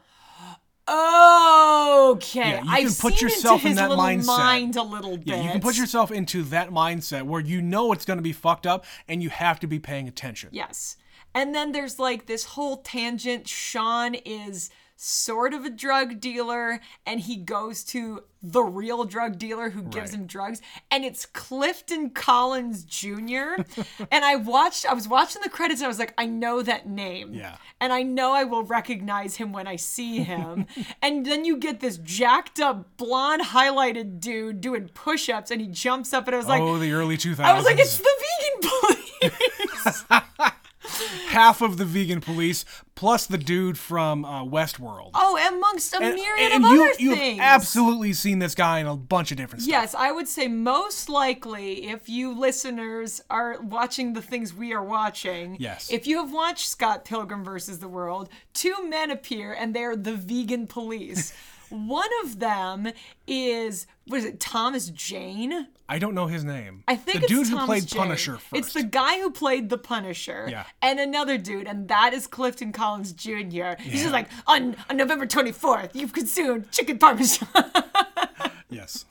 Speaker 2: okay,
Speaker 1: Yeah, you
Speaker 2: I've
Speaker 1: can put
Speaker 2: seen
Speaker 1: yourself
Speaker 2: into
Speaker 1: in
Speaker 2: his
Speaker 1: that
Speaker 2: little
Speaker 1: mindset.
Speaker 2: mind a little bit.
Speaker 1: Yeah, you can put yourself into that mindset where you know it's going to be fucked up and you have to be paying attention.
Speaker 2: Yes. And then there's like this whole tangent. Sean is sort of a drug dealer and he goes to the real drug dealer who gives
Speaker 1: Right.
Speaker 2: him drugs and it's Clifton Collins Jr. and I watched I was watching the credits and I was like I know that name.
Speaker 1: Yeah.
Speaker 2: And I know I will recognize him when I see him. and then you get this jacked up blonde highlighted dude doing push-ups and he jumps up and I was like
Speaker 1: oh, the early 2000s.
Speaker 2: I was like it's the vegan police.
Speaker 1: half of the vegan police plus the dude from uh, Westworld.
Speaker 2: Oh, amongst a
Speaker 1: And-
Speaker 2: myriad
Speaker 1: and
Speaker 2: of
Speaker 1: you,
Speaker 2: other
Speaker 1: you've
Speaker 2: things.
Speaker 1: absolutely seen this guy in a bunch of different stuff.
Speaker 2: Yes, I would say most likely if you listeners are watching the things we are watching.
Speaker 1: Yes.
Speaker 2: If you have watched Scott Pilgrim versus the World, two men appear and they're the vegan police. One of them is what is it, Thomas Jane?
Speaker 1: I don't know his name.
Speaker 2: I think
Speaker 1: the
Speaker 2: it's
Speaker 1: dude who
Speaker 2: Thomas
Speaker 1: played
Speaker 2: Jane.
Speaker 1: Punisher first.
Speaker 2: It's the guy who played the Punisher.
Speaker 1: Yeah.
Speaker 2: And another dude, and that is Clifton Collins Jr. He's just like, on, on November 24th, you've consumed chicken parmesan.
Speaker 1: yes.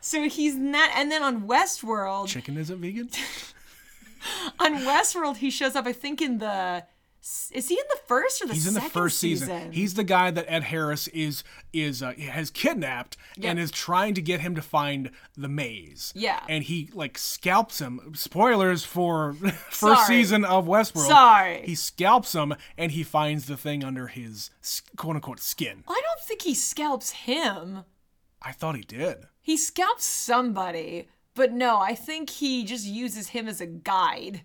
Speaker 2: So he's not. And then on Westworld,
Speaker 1: Chicken isn't vegan?
Speaker 2: on Westworld, he shows up. I think in the is he in the first or the
Speaker 1: He's in the
Speaker 2: second
Speaker 1: first season. He's the guy that Ed Harris is is uh, has kidnapped and is trying to get him to find the maze.
Speaker 2: Yeah.
Speaker 1: And he like scalps him. Spoilers for first
Speaker 2: Sorry.
Speaker 1: season of Westworld.
Speaker 2: Sorry.
Speaker 1: He scalps him and he finds the thing under his quote unquote skin.
Speaker 2: I don't think he scalps him.
Speaker 1: I thought he did.
Speaker 2: He scalps somebody, but no, I think he just uses him as a guide.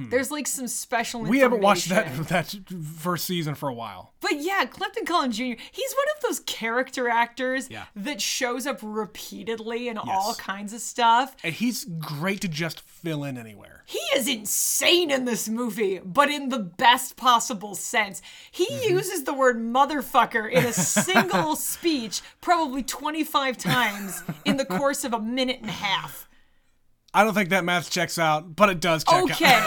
Speaker 2: There's like some special.
Speaker 1: Hmm. We haven't watched that
Speaker 2: information.
Speaker 1: that first season for a while.
Speaker 2: But yeah, Clifton Collins Jr., he's one of those character actors
Speaker 1: Yeah.
Speaker 2: that shows up repeatedly in all
Speaker 1: Yes.
Speaker 2: kinds of stuff.
Speaker 1: And he's great to just fill in anywhere.
Speaker 2: He is insane in this movie, but in the best possible sense. He
Speaker 1: Mm-hmm.
Speaker 2: uses the word motherfucker in a single speech probably 25 times in the course of a minute and a half.
Speaker 1: I don't think that math checks out, but it does check out.
Speaker 2: Okay.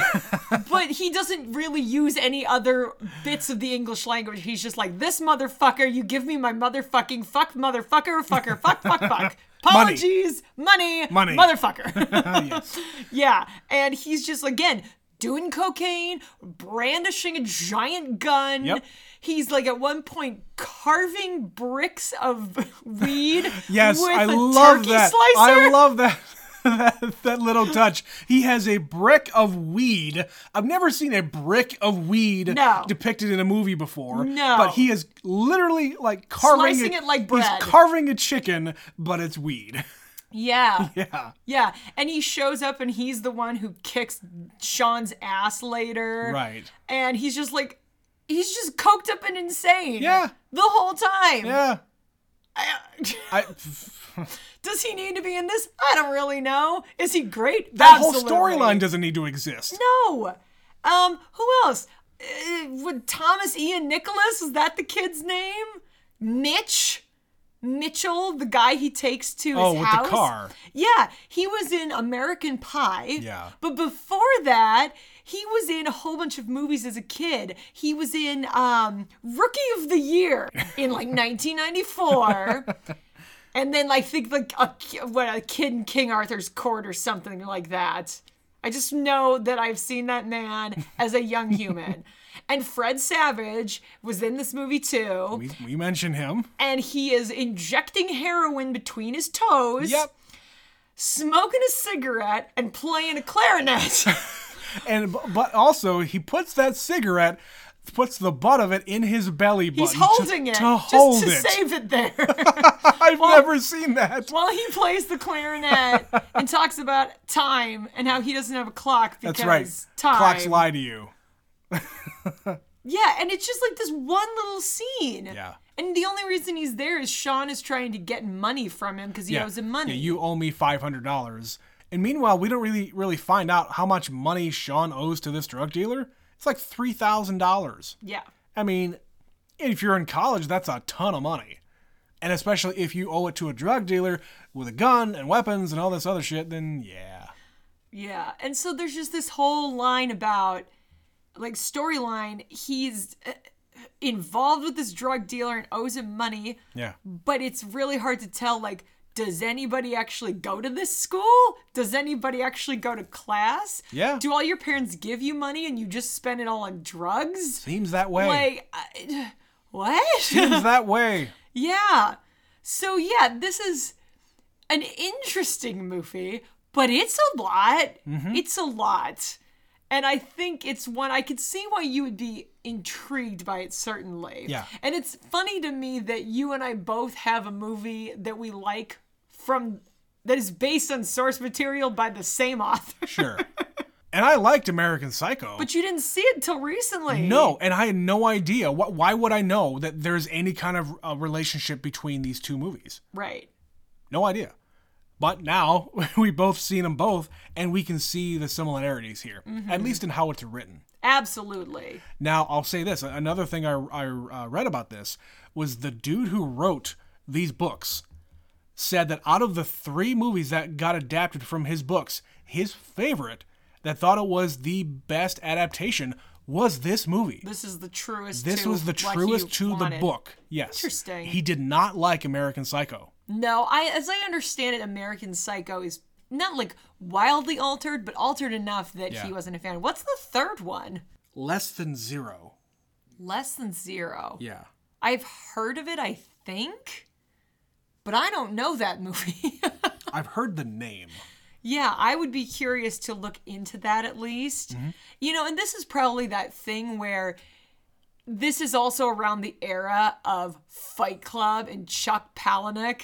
Speaker 2: but he doesn't really use any other bits of the English language. He's just like, this motherfucker, you give me my motherfucking fuck, motherfucker, fucker, fuck, fuck, fuck.
Speaker 1: Money.
Speaker 2: Apologies, money,
Speaker 1: Money.
Speaker 2: motherfucker.
Speaker 1: Yes.
Speaker 2: yeah. And he's just, again, doing cocaine, brandishing a giant gun.
Speaker 1: Yep.
Speaker 2: He's like at one point carving bricks of weed.
Speaker 1: Yes,
Speaker 2: with
Speaker 1: I
Speaker 2: a
Speaker 1: love
Speaker 2: turkey
Speaker 1: that.
Speaker 2: Slicer.
Speaker 1: I love that. that that little touch. He has a brick of weed. I've never seen a brick of weed
Speaker 2: No.
Speaker 1: depicted in a movie before.
Speaker 2: No.
Speaker 1: But he is literally like carving
Speaker 2: Slicing it like bread.
Speaker 1: He's carving a chicken, but it's weed.
Speaker 2: yeah.
Speaker 1: Yeah.
Speaker 2: Yeah, and he shows up and he's the one who kicks Sean's ass later.
Speaker 1: Right.
Speaker 2: And he's just like, he's just coked up and insane.
Speaker 1: Yeah.
Speaker 2: The whole time.
Speaker 1: Yeah.
Speaker 2: I-
Speaker 1: I
Speaker 2: Does he need to be in this? I don't really know. Is he great?
Speaker 1: that
Speaker 2: Absolutely.
Speaker 1: whole storyline doesn't need to exist.
Speaker 2: No. Um, who else? Uh, would Thomas Ian Nicholas, is that the kid's name? Mitch? Mitchell, the guy he takes to
Speaker 1: Oh,
Speaker 2: his
Speaker 1: with the
Speaker 2: house.
Speaker 1: car.
Speaker 2: Yeah, he was in American Pie.
Speaker 1: Yeah.
Speaker 2: But before that, he was in a whole bunch of movies as a kid. He was in um, Rookie of the Year in like 1994. And then I think like a ki- what a kid in King Arthur's court or something like that. I just know that I've seen that man as a young human. and Fred Savage was in this movie too,
Speaker 1: We, we mention him.
Speaker 2: and he is injecting heroin between his toes,
Speaker 1: Yep.
Speaker 2: smoking a cigarette, and playing a clarinet.
Speaker 1: And but also he puts that cigarette, puts the butt of it in his belly button.
Speaker 2: He's holding
Speaker 1: to,
Speaker 2: it
Speaker 1: to
Speaker 2: just
Speaker 1: hold
Speaker 2: to
Speaker 1: it.
Speaker 2: save it there.
Speaker 1: I've never seen that.
Speaker 2: While he plays the clarinet and talks about time and how he doesn't have a clock because
Speaker 1: That's right.
Speaker 2: time.
Speaker 1: Clocks lie to you.
Speaker 2: Yeah, and it's just like this one little scene.
Speaker 1: Yeah.
Speaker 2: And the only reason he's there is Sean is trying to get money from him because he owes him money.
Speaker 1: Yeah, you owe me five hundred dollars. And meanwhile, we don't really really find out how much money Sean owes to this drug dealer. It's like three thousand dollars.
Speaker 2: yeah.
Speaker 1: I mean, if you're in college, that's a ton of money. And especially if you owe it to a drug dealer with a gun and weapons and all this other shit, then yeah.
Speaker 2: Yeah. And so there's just this whole line about like storyline he's uh, involved with this drug dealer and owes him money,
Speaker 1: Yeah.
Speaker 2: but it's really hard to tell like does anybody actually go to this school? Does anybody actually go to class?
Speaker 1: Yeah.
Speaker 2: Do all your parents give you money and you just spend it all on drugs?
Speaker 1: Seems that way.
Speaker 2: Like I, what?
Speaker 1: Seems that way.
Speaker 2: Yeah. So yeah, this is an interesting movie, but it's a lot.
Speaker 1: Mm-hmm.
Speaker 2: It's a lot. And I think it's one I could see why you would be intrigued by it certainly.
Speaker 1: Yeah.
Speaker 2: And it's funny to me that you and I both have a movie that we like from that is based on source material by the same author.
Speaker 1: Sure. and I liked American Psycho.
Speaker 2: But you didn't see it till recently.
Speaker 1: no, and I had no idea. Wh- Why would I know that there's any kind of uh, relationship between these two movies?
Speaker 2: Right.
Speaker 1: No idea. But now we both seen them both, and we can see the similarities here, at least in how it's written.
Speaker 2: Absolutely.
Speaker 1: Now, I'll say this another thing I, I uh, read about this was the dude who wrote these books said that out of the three movies that got adapted from his books, his favorite that thought it was the best adaptation was this movie.
Speaker 2: This is the truest
Speaker 1: This
Speaker 2: to
Speaker 1: was the
Speaker 2: what
Speaker 1: truest to
Speaker 2: you
Speaker 1: the
Speaker 2: wanted.
Speaker 1: book. Yes.
Speaker 2: Interesting.
Speaker 1: He did not like American Psycho.
Speaker 2: No, I as I understand it, American Psycho is not like wildly altered, but altered enough that
Speaker 1: Yeah.
Speaker 2: he wasn't a fan. What's the third one?
Speaker 1: Less than zero.
Speaker 2: Less than zero.
Speaker 1: Yeah.
Speaker 2: I've heard of it, I think, but I don't know that movie.
Speaker 1: I've heard the name.
Speaker 2: yeah, I would be curious to look into that at least.
Speaker 1: Mm-hmm.
Speaker 2: You know, and this is probably that thing where this is also around the era of Fight Club and Chuck Palahniuk.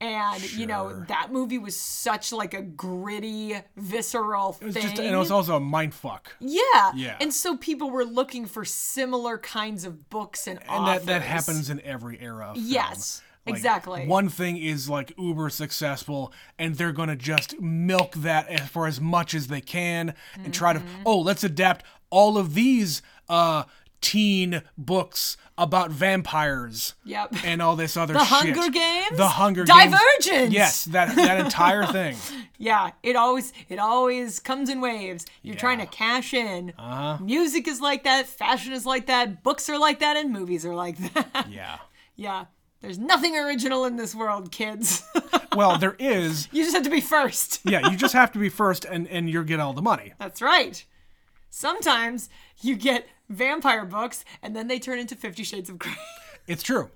Speaker 2: And you know
Speaker 1: Sure.
Speaker 2: that movie was such like a gritty, visceral
Speaker 1: It was
Speaker 2: thing.
Speaker 1: just, and it was also a mind fuck.
Speaker 2: yeah.
Speaker 1: Yeah.
Speaker 2: and so people were looking for similar kinds of books and,
Speaker 1: And that, that
Speaker 2: authors.
Speaker 1: happens in every era. Of film.
Speaker 2: Yes,
Speaker 1: Like,
Speaker 2: exactly.
Speaker 1: One thing is like uber successful, and they're gonna just milk that as- for as much as they can, and try to
Speaker 2: Mm-hmm.
Speaker 1: oh let's adapt all of these uh teen books about vampires.
Speaker 2: Yep.
Speaker 1: And all this other
Speaker 2: The
Speaker 1: shit.
Speaker 2: Hunger Games?
Speaker 1: The Hunger Games.
Speaker 2: Divergent!
Speaker 1: Yes, that that entire thing.
Speaker 2: Yeah, it always it always comes in waves. You're trying to cash in. Uh-huh. Music is like that, fashion is like that, books are like that, and movies are like that.
Speaker 1: Yeah.
Speaker 2: yeah, there's nothing original in this world, kids.
Speaker 1: Well, there is.
Speaker 2: you just have to be first.
Speaker 1: Yeah, you just have to be first, and and you get all the money.
Speaker 2: That's right. Sometimes you get vampire books, and then they turn into Fifty Shades of Grey.
Speaker 1: It's true.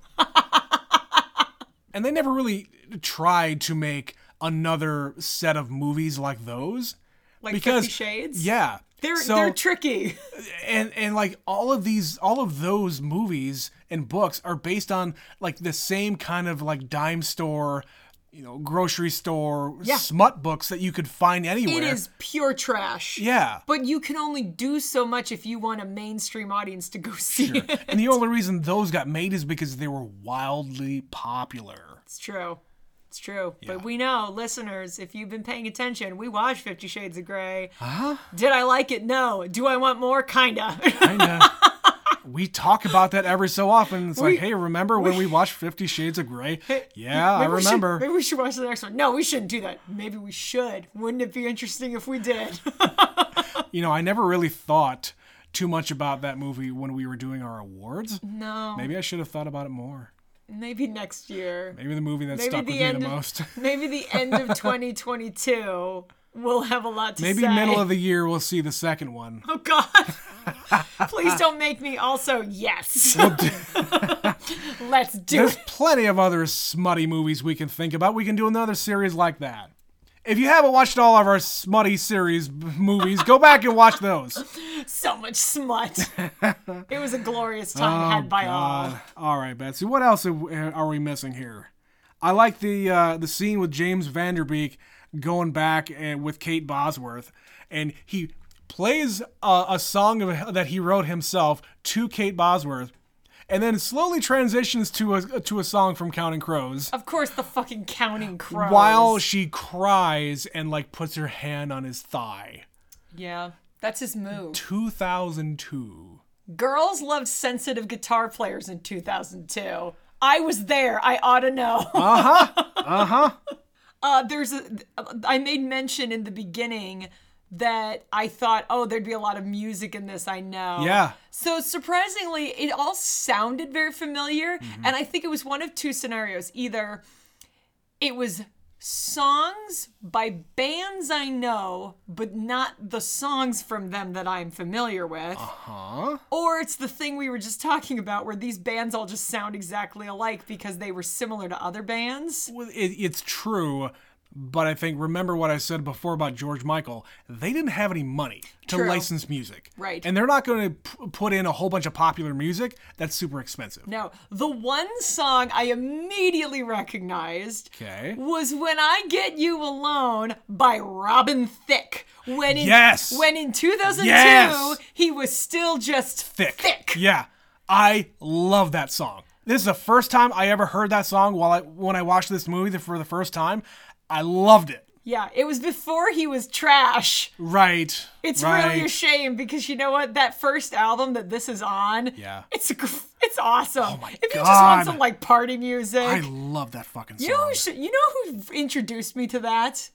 Speaker 1: and they never really tried to make another set of movies like those.
Speaker 2: like
Speaker 1: Because-
Speaker 2: Fifty Shades.
Speaker 1: Yeah.
Speaker 2: They're,
Speaker 1: so,
Speaker 2: they're tricky.
Speaker 1: and and like all of these all of those movies and books are based on like the same kind of like dime store, you know, grocery store smut books that you could find
Speaker 2: It
Speaker 1: anywhere.
Speaker 2: is pure trash.
Speaker 1: Yeah.
Speaker 2: But you can only do so much if you want a mainstream audience to go see it.
Speaker 1: and the only reason those got made is because they were wildly popular.
Speaker 2: It's true. It's true. But we know, listeners, if you've been paying attention, we watch Fifty Shades of Grey.
Speaker 1: Uh-huh.
Speaker 2: Did I like it? No. Do I want more? Kinda.
Speaker 1: Kinda. we talk about that every so often. It's like, hey, remember when we watched Fifty Shades of Grey? Yeah, I
Speaker 2: Maybe we should-
Speaker 1: remember.
Speaker 2: maybe we should watch the next one. No, we shouldn't do that. Maybe we should. Wouldn't it be interesting if we did?
Speaker 1: You know, I never really thought too much about that movie when we were doing our awards.
Speaker 2: no.
Speaker 1: Maybe I should have thought about it more.
Speaker 2: Maybe next year.
Speaker 1: Maybe the movie that
Speaker 2: Maybe
Speaker 1: stuck
Speaker 2: the
Speaker 1: with me
Speaker 2: end
Speaker 1: the
Speaker 2: of-
Speaker 1: most.
Speaker 2: Maybe the end of 2022. We'll have a lot to
Speaker 1: Maybe
Speaker 2: say.
Speaker 1: middle of the year we'll see the second one.
Speaker 2: Oh God! Please don't make me. Also, yes. Let's do
Speaker 1: There's
Speaker 2: it.
Speaker 1: plenty of other smutty movies we can think about. We can do another series like that. If you haven't watched all of our smutty series b- movies, go back and watch those.
Speaker 2: So much smut. It was a glorious time had by all.
Speaker 1: Uh, all right, Betsy. What else are we- uh, are we missing here? I like the uh, the scene uh, with James Vanderbeek going back and with Kate Bosworth, and he plays a, a song of, that he wrote himself to Kate Bosworth, and then slowly transitions to a to a song from Counting Crows
Speaker 2: Of course, the fucking counting crows.
Speaker 1: while she cries and like puts her hand on his thigh.
Speaker 2: yeah, that's his move.
Speaker 1: 2002.
Speaker 2: Girls loved sensitive guitar players in 2002. I was there. I ought to know. Uh-huh. Uh-huh. uh, there's a I made mention in the beginning that I thought, "Oh, there'd be a lot of music in this." I know.
Speaker 1: Yeah.
Speaker 2: So surprisingly, it all sounded very familiar, and I think it was one of two scenarios. Either it was songs by bands I know, but not the songs from them that I'm familiar with.
Speaker 1: Huh?
Speaker 2: Or it's the thing we were just talking about where these bands all just sound exactly alike because they were similar to other bands.
Speaker 1: Well, it, it's true, but I think remember what I said before about George Michael. They didn't have any money to
Speaker 2: True.
Speaker 1: license music,
Speaker 2: Right.
Speaker 1: And they're not going to p- put in a whole bunch of popular music that's super expensive.
Speaker 2: No, the one song I immediately recognized
Speaker 1: Okay.
Speaker 2: was When I Get You Alone by Robin Thicke. When in,
Speaker 1: Yes!
Speaker 2: When in 2002,
Speaker 1: Yes!
Speaker 2: he was still just
Speaker 1: Thick.
Speaker 2: Thick.
Speaker 1: Yeah, I love that song. This is the first time I ever heard that song while I when I watched this movie the, for the first time. I loved it.
Speaker 2: Yeah, it was before he was trash.
Speaker 1: Right.
Speaker 2: It's
Speaker 1: right.
Speaker 2: really a shame because you know what? That first album that this is on,
Speaker 1: Yeah.
Speaker 2: it's gr- it's awesome. Oh
Speaker 1: my
Speaker 2: if you just want
Speaker 1: God.
Speaker 2: some like party music,
Speaker 1: I love that fucking song.
Speaker 2: you know, who should, you know who introduced me to that?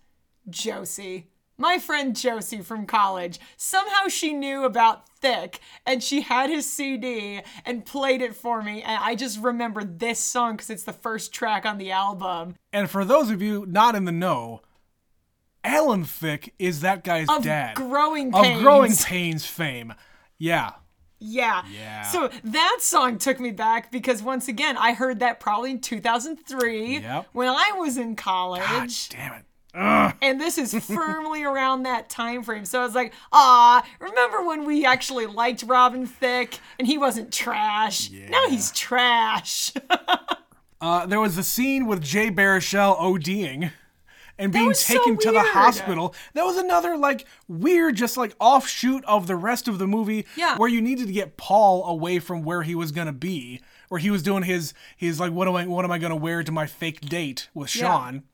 Speaker 2: Josie, my friend Josie from college. Somehow she knew about Thick, and she had his CD and played it for me. And I just remember this song because it's the first track on the album.
Speaker 1: And for those of you not in the know, Alan Thicke is that guy's
Speaker 2: Of
Speaker 1: dad.
Speaker 2: Growing
Speaker 1: of
Speaker 2: Pains.
Speaker 1: growing pains fame. Yeah.
Speaker 2: Yeah.
Speaker 1: Yeah.
Speaker 2: So that song took me back because once again, I heard that probably in 2003
Speaker 1: Yep.
Speaker 2: when I was in college,
Speaker 1: God damn it.
Speaker 2: and this is firmly around that time frame. So I was like, ah, remember when we actually liked Robin Thicke and he wasn't trash? Now he's trash.
Speaker 1: Uh, there was a scene with Jay Baruchel ODing and being
Speaker 2: was so
Speaker 1: taken to the
Speaker 2: weird.
Speaker 1: hospital. That was another like weird, just like offshoot of the rest of the movie,
Speaker 2: Yeah.
Speaker 1: where you needed to get Paul away from where he was gonna be, where he was doing his his like what am I what am I gonna wear to my fake date with Sean.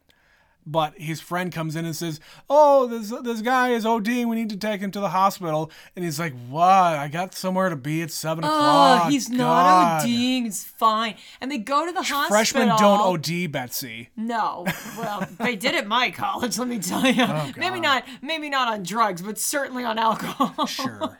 Speaker 1: But his friend comes in and says, "Oh, this this guy is ODing. We need to take him to the hospital." And he's like, "What? I got somewhere to be at seven
Speaker 2: oh,
Speaker 1: o'clock.
Speaker 2: he's
Speaker 1: God.
Speaker 2: not ODing. It's fine. And they go to the hospital.
Speaker 1: Freshmen don't OD, Betsy.
Speaker 2: No. Well, they did at my college, let me tell you.
Speaker 1: Oh,
Speaker 2: maybe not maybe not on drugs, but certainly on alcohol.
Speaker 1: Sure."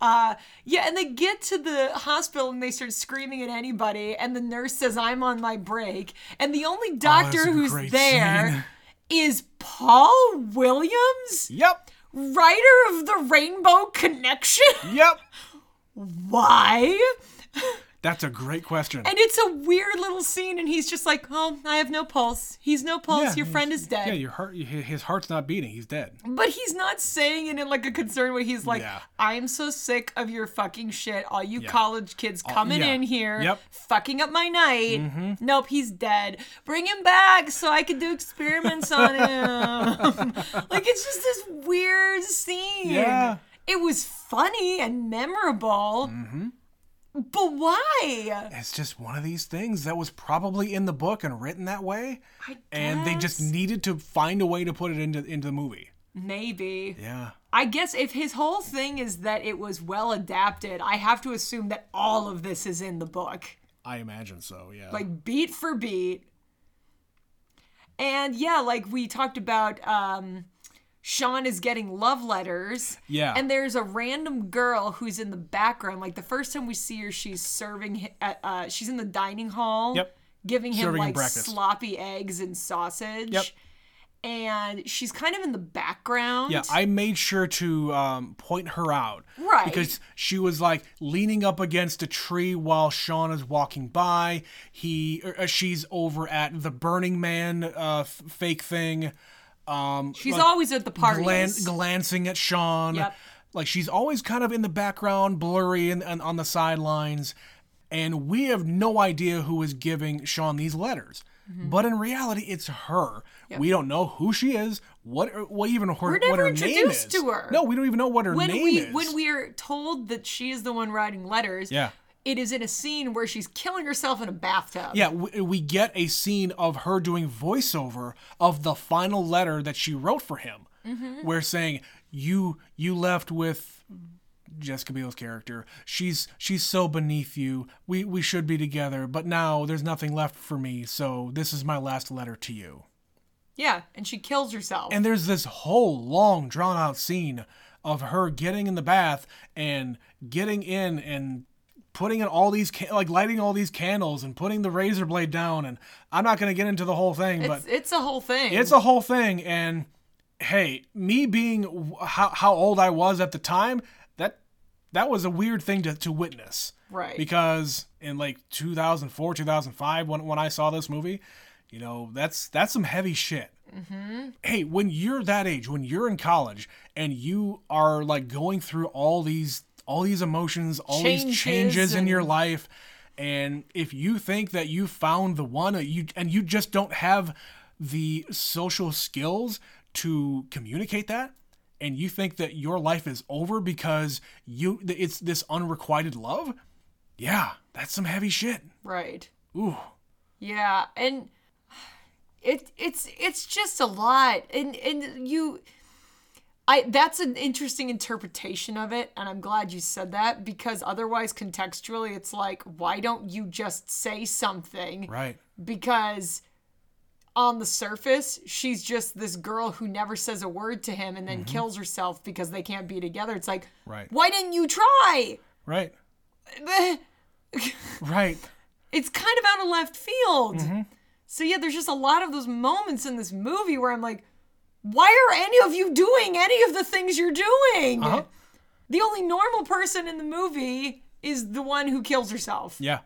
Speaker 2: Uh, yeah, and they get to the hospital and they start screaming at anybody, and the nurse says, "I'm on my break," and the only doctor
Speaker 1: Oh, a
Speaker 2: who's
Speaker 1: great
Speaker 2: there is Paul Williams,
Speaker 1: Yep.
Speaker 2: writer of the Rainbow Connection.
Speaker 1: Yep.
Speaker 2: Why?
Speaker 1: That's a great question.
Speaker 2: And it's a weird little scene, and he's just like, "Oh, I have no pulse. He's no pulse. Your friend is dead."
Speaker 1: Yeah, your heart, hi- his heart's not beating. He's dead.
Speaker 2: But he's not saying it in like a concerned way. He's like,
Speaker 1: Yeah.
Speaker 2: I'm so sick of your fucking shit. All you college kids coming
Speaker 1: yeah.
Speaker 2: in here,
Speaker 1: Yep. Mm-hmm.
Speaker 2: fucking up my night. Nope, he's dead. Bring him back so I could do experiments on him. like, it's just this weird scene.
Speaker 1: Yeah.
Speaker 2: It was funny and memorable.
Speaker 1: Mm-hmm.
Speaker 2: But why?
Speaker 1: It's just one of these things that was probably in the book and written that way,
Speaker 2: I
Speaker 1: and they just
Speaker 2: guess.
Speaker 1: needed to find a way to put it into into the movie.
Speaker 2: Maybe.
Speaker 1: Yeah.
Speaker 2: I guess if his whole thing is that it was well adapted, I have to assume that all of this is in the book.
Speaker 1: I imagine so. Yeah.
Speaker 2: like beat for beat. And yeah, like we talked about, um, Sean is getting love letters.
Speaker 1: Yeah.
Speaker 2: And there's a random girl who's in the background. Like the first time we see her, she's serving. hi- At, uh, she's in the dining hall.
Speaker 1: Yep.
Speaker 2: Giving him
Speaker 1: Serving him
Speaker 2: like
Speaker 1: breakfast.
Speaker 2: sloppy eggs and sausage.
Speaker 1: Yep.
Speaker 2: And she's kind of in the background.
Speaker 1: yeah, I made sure to um, point her out.
Speaker 2: Right.
Speaker 1: Because she was like leaning up against a tree while Sean is walking by. He, or, uh, she's over at the Burning Man uh, f- fake thing. Um,
Speaker 2: she's
Speaker 1: like,
Speaker 2: always at the parties.
Speaker 1: glan- glancing at Sean.
Speaker 2: Yep.
Speaker 1: Like she's always kind of in the background, blurry and, and on the sidelines. And we have no idea who is giving Sean these letters.
Speaker 2: Mm-hmm.
Speaker 1: But in reality, it's her. We don't know who she is, what, what even her,
Speaker 2: never
Speaker 1: what her name is.
Speaker 2: introduced to her.
Speaker 1: No, we don't even know what her
Speaker 2: when
Speaker 1: name
Speaker 2: we
Speaker 1: is.
Speaker 2: when we are told that she is the one writing letters,
Speaker 1: Yeah.
Speaker 2: it is in a scene where she's killing herself in a bathtub.
Speaker 1: Yeah, we, we get a scene of her doing voiceover of the final letter that she wrote for him, where saying you you left with Jessica Biel's character. She's she's so beneath you. We we should be together, but now there's nothing left for me. So this is my last letter to you.
Speaker 2: yeah, and she kills herself.
Speaker 1: And there's this whole long drawn out scene of her getting in the bath and getting in and putting in all these ca- like lighting all these candles and putting the razor blade down and I'm not going to get into the whole thing but
Speaker 2: it's, it's a whole thing.
Speaker 1: it's a whole thing and hey me being w- how, how old I was at the time that that was a weird thing to, to witness
Speaker 2: right.
Speaker 1: because in like 2004 2005 when, when i saw this movie you know that's that's some heavy shit hey when you're that age when you're in college and you are like going through all these all these emotions all
Speaker 2: Changes
Speaker 1: these changes in
Speaker 2: and-
Speaker 1: your life and if you think that you found the one uh, you and you just don't have the social skills to communicate that and you think that your life is over because you th- it's this unrequited love yeah, that's some heavy shit.
Speaker 2: right.
Speaker 1: Ooh.
Speaker 2: Yeah, and it it's it's just a lot, and and you, I that's an interesting interpretation of it, and I'm glad you said that because otherwise contextually it's like why don't you just say something
Speaker 1: Right.
Speaker 2: because on the surface she's just this girl who never says a word to him and then
Speaker 1: Mm-hmm.
Speaker 2: kills herself because they can't be together. It's like
Speaker 1: Right.
Speaker 2: why didn't you try?
Speaker 1: Right. Right.
Speaker 2: it's kind of out of left field.
Speaker 1: Mm-hmm.
Speaker 2: So yeah, there's just a lot of those moments in this movie where I'm like, why are any of you doing any of the things you're doing?
Speaker 1: Uh-huh.
Speaker 2: The only normal person in the movie is the one who kills herself.
Speaker 1: Yeah.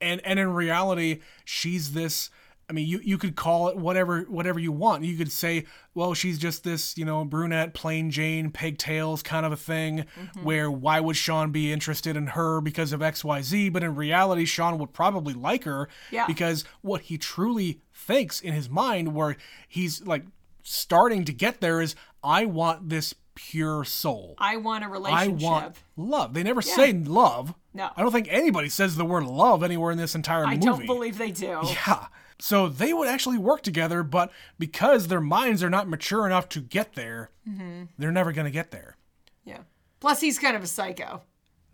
Speaker 1: And and in reality, she's this I mean, you, you could call it whatever whatever you want. You could say, well, she's just this, you know, brunette, plain Jane, pigtails kind of a thing, where why would Sean be interested in her because of XYZ? But in reality, Sean would probably like her
Speaker 2: Yeah.
Speaker 1: because what he truly thinks in his mind, where he's like starting to get there, is I want this pure soul.
Speaker 2: I want a
Speaker 1: I
Speaker 2: relationship.
Speaker 1: want love. They never say love.
Speaker 2: No.
Speaker 1: I don't think anybody says the word love anywhere in this entire
Speaker 2: I
Speaker 1: movie.
Speaker 2: don't believe they do.
Speaker 1: Yeah. So they would actually work together, but because their minds are not mature enough to get there,
Speaker 2: Mm-hmm.
Speaker 1: they're never going to get there.
Speaker 2: Yeah. Plus he's kind of a psycho.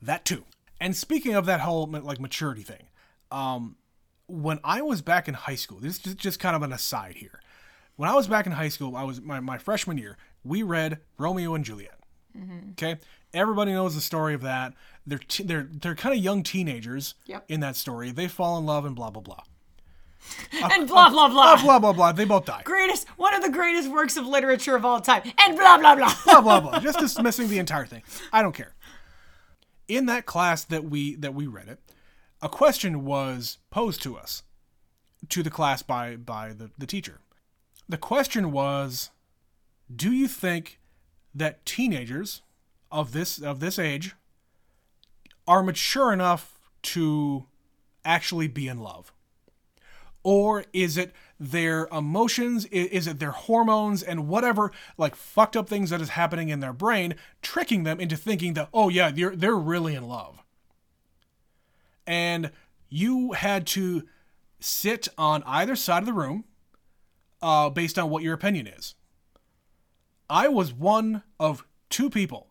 Speaker 1: That too. And speaking of that whole like maturity thing, um, when I was back in high school, this is just kind of an aside here. When I was back in high school, I was my, my freshman year. We read Romeo and Juliet. Okay, everybody knows the story of that. They're t- they're they're kind of young teenagers
Speaker 2: Yep.
Speaker 1: in that story. They fall in love and blah blah blah
Speaker 2: and blah blah blah.
Speaker 1: blah blah blah. They both die.
Speaker 2: Greatest one of the greatest works of literature of all time. And blah blah blah.
Speaker 1: blah blah blah. Just dismissing the entire thing. I don't care. In that class that we that we read it, a question was posed to us, to the class by by the, the teacher. The question was, do you think that teenagers of this of this age are mature enough to actually be in love? or is it their emotions I- is it their hormones and whatever like fucked up things that is happening in their brain tricking them into thinking that oh yeah they're they're really in love and you had to sit on either side of the room uh, based on what your opinion is i was one of two people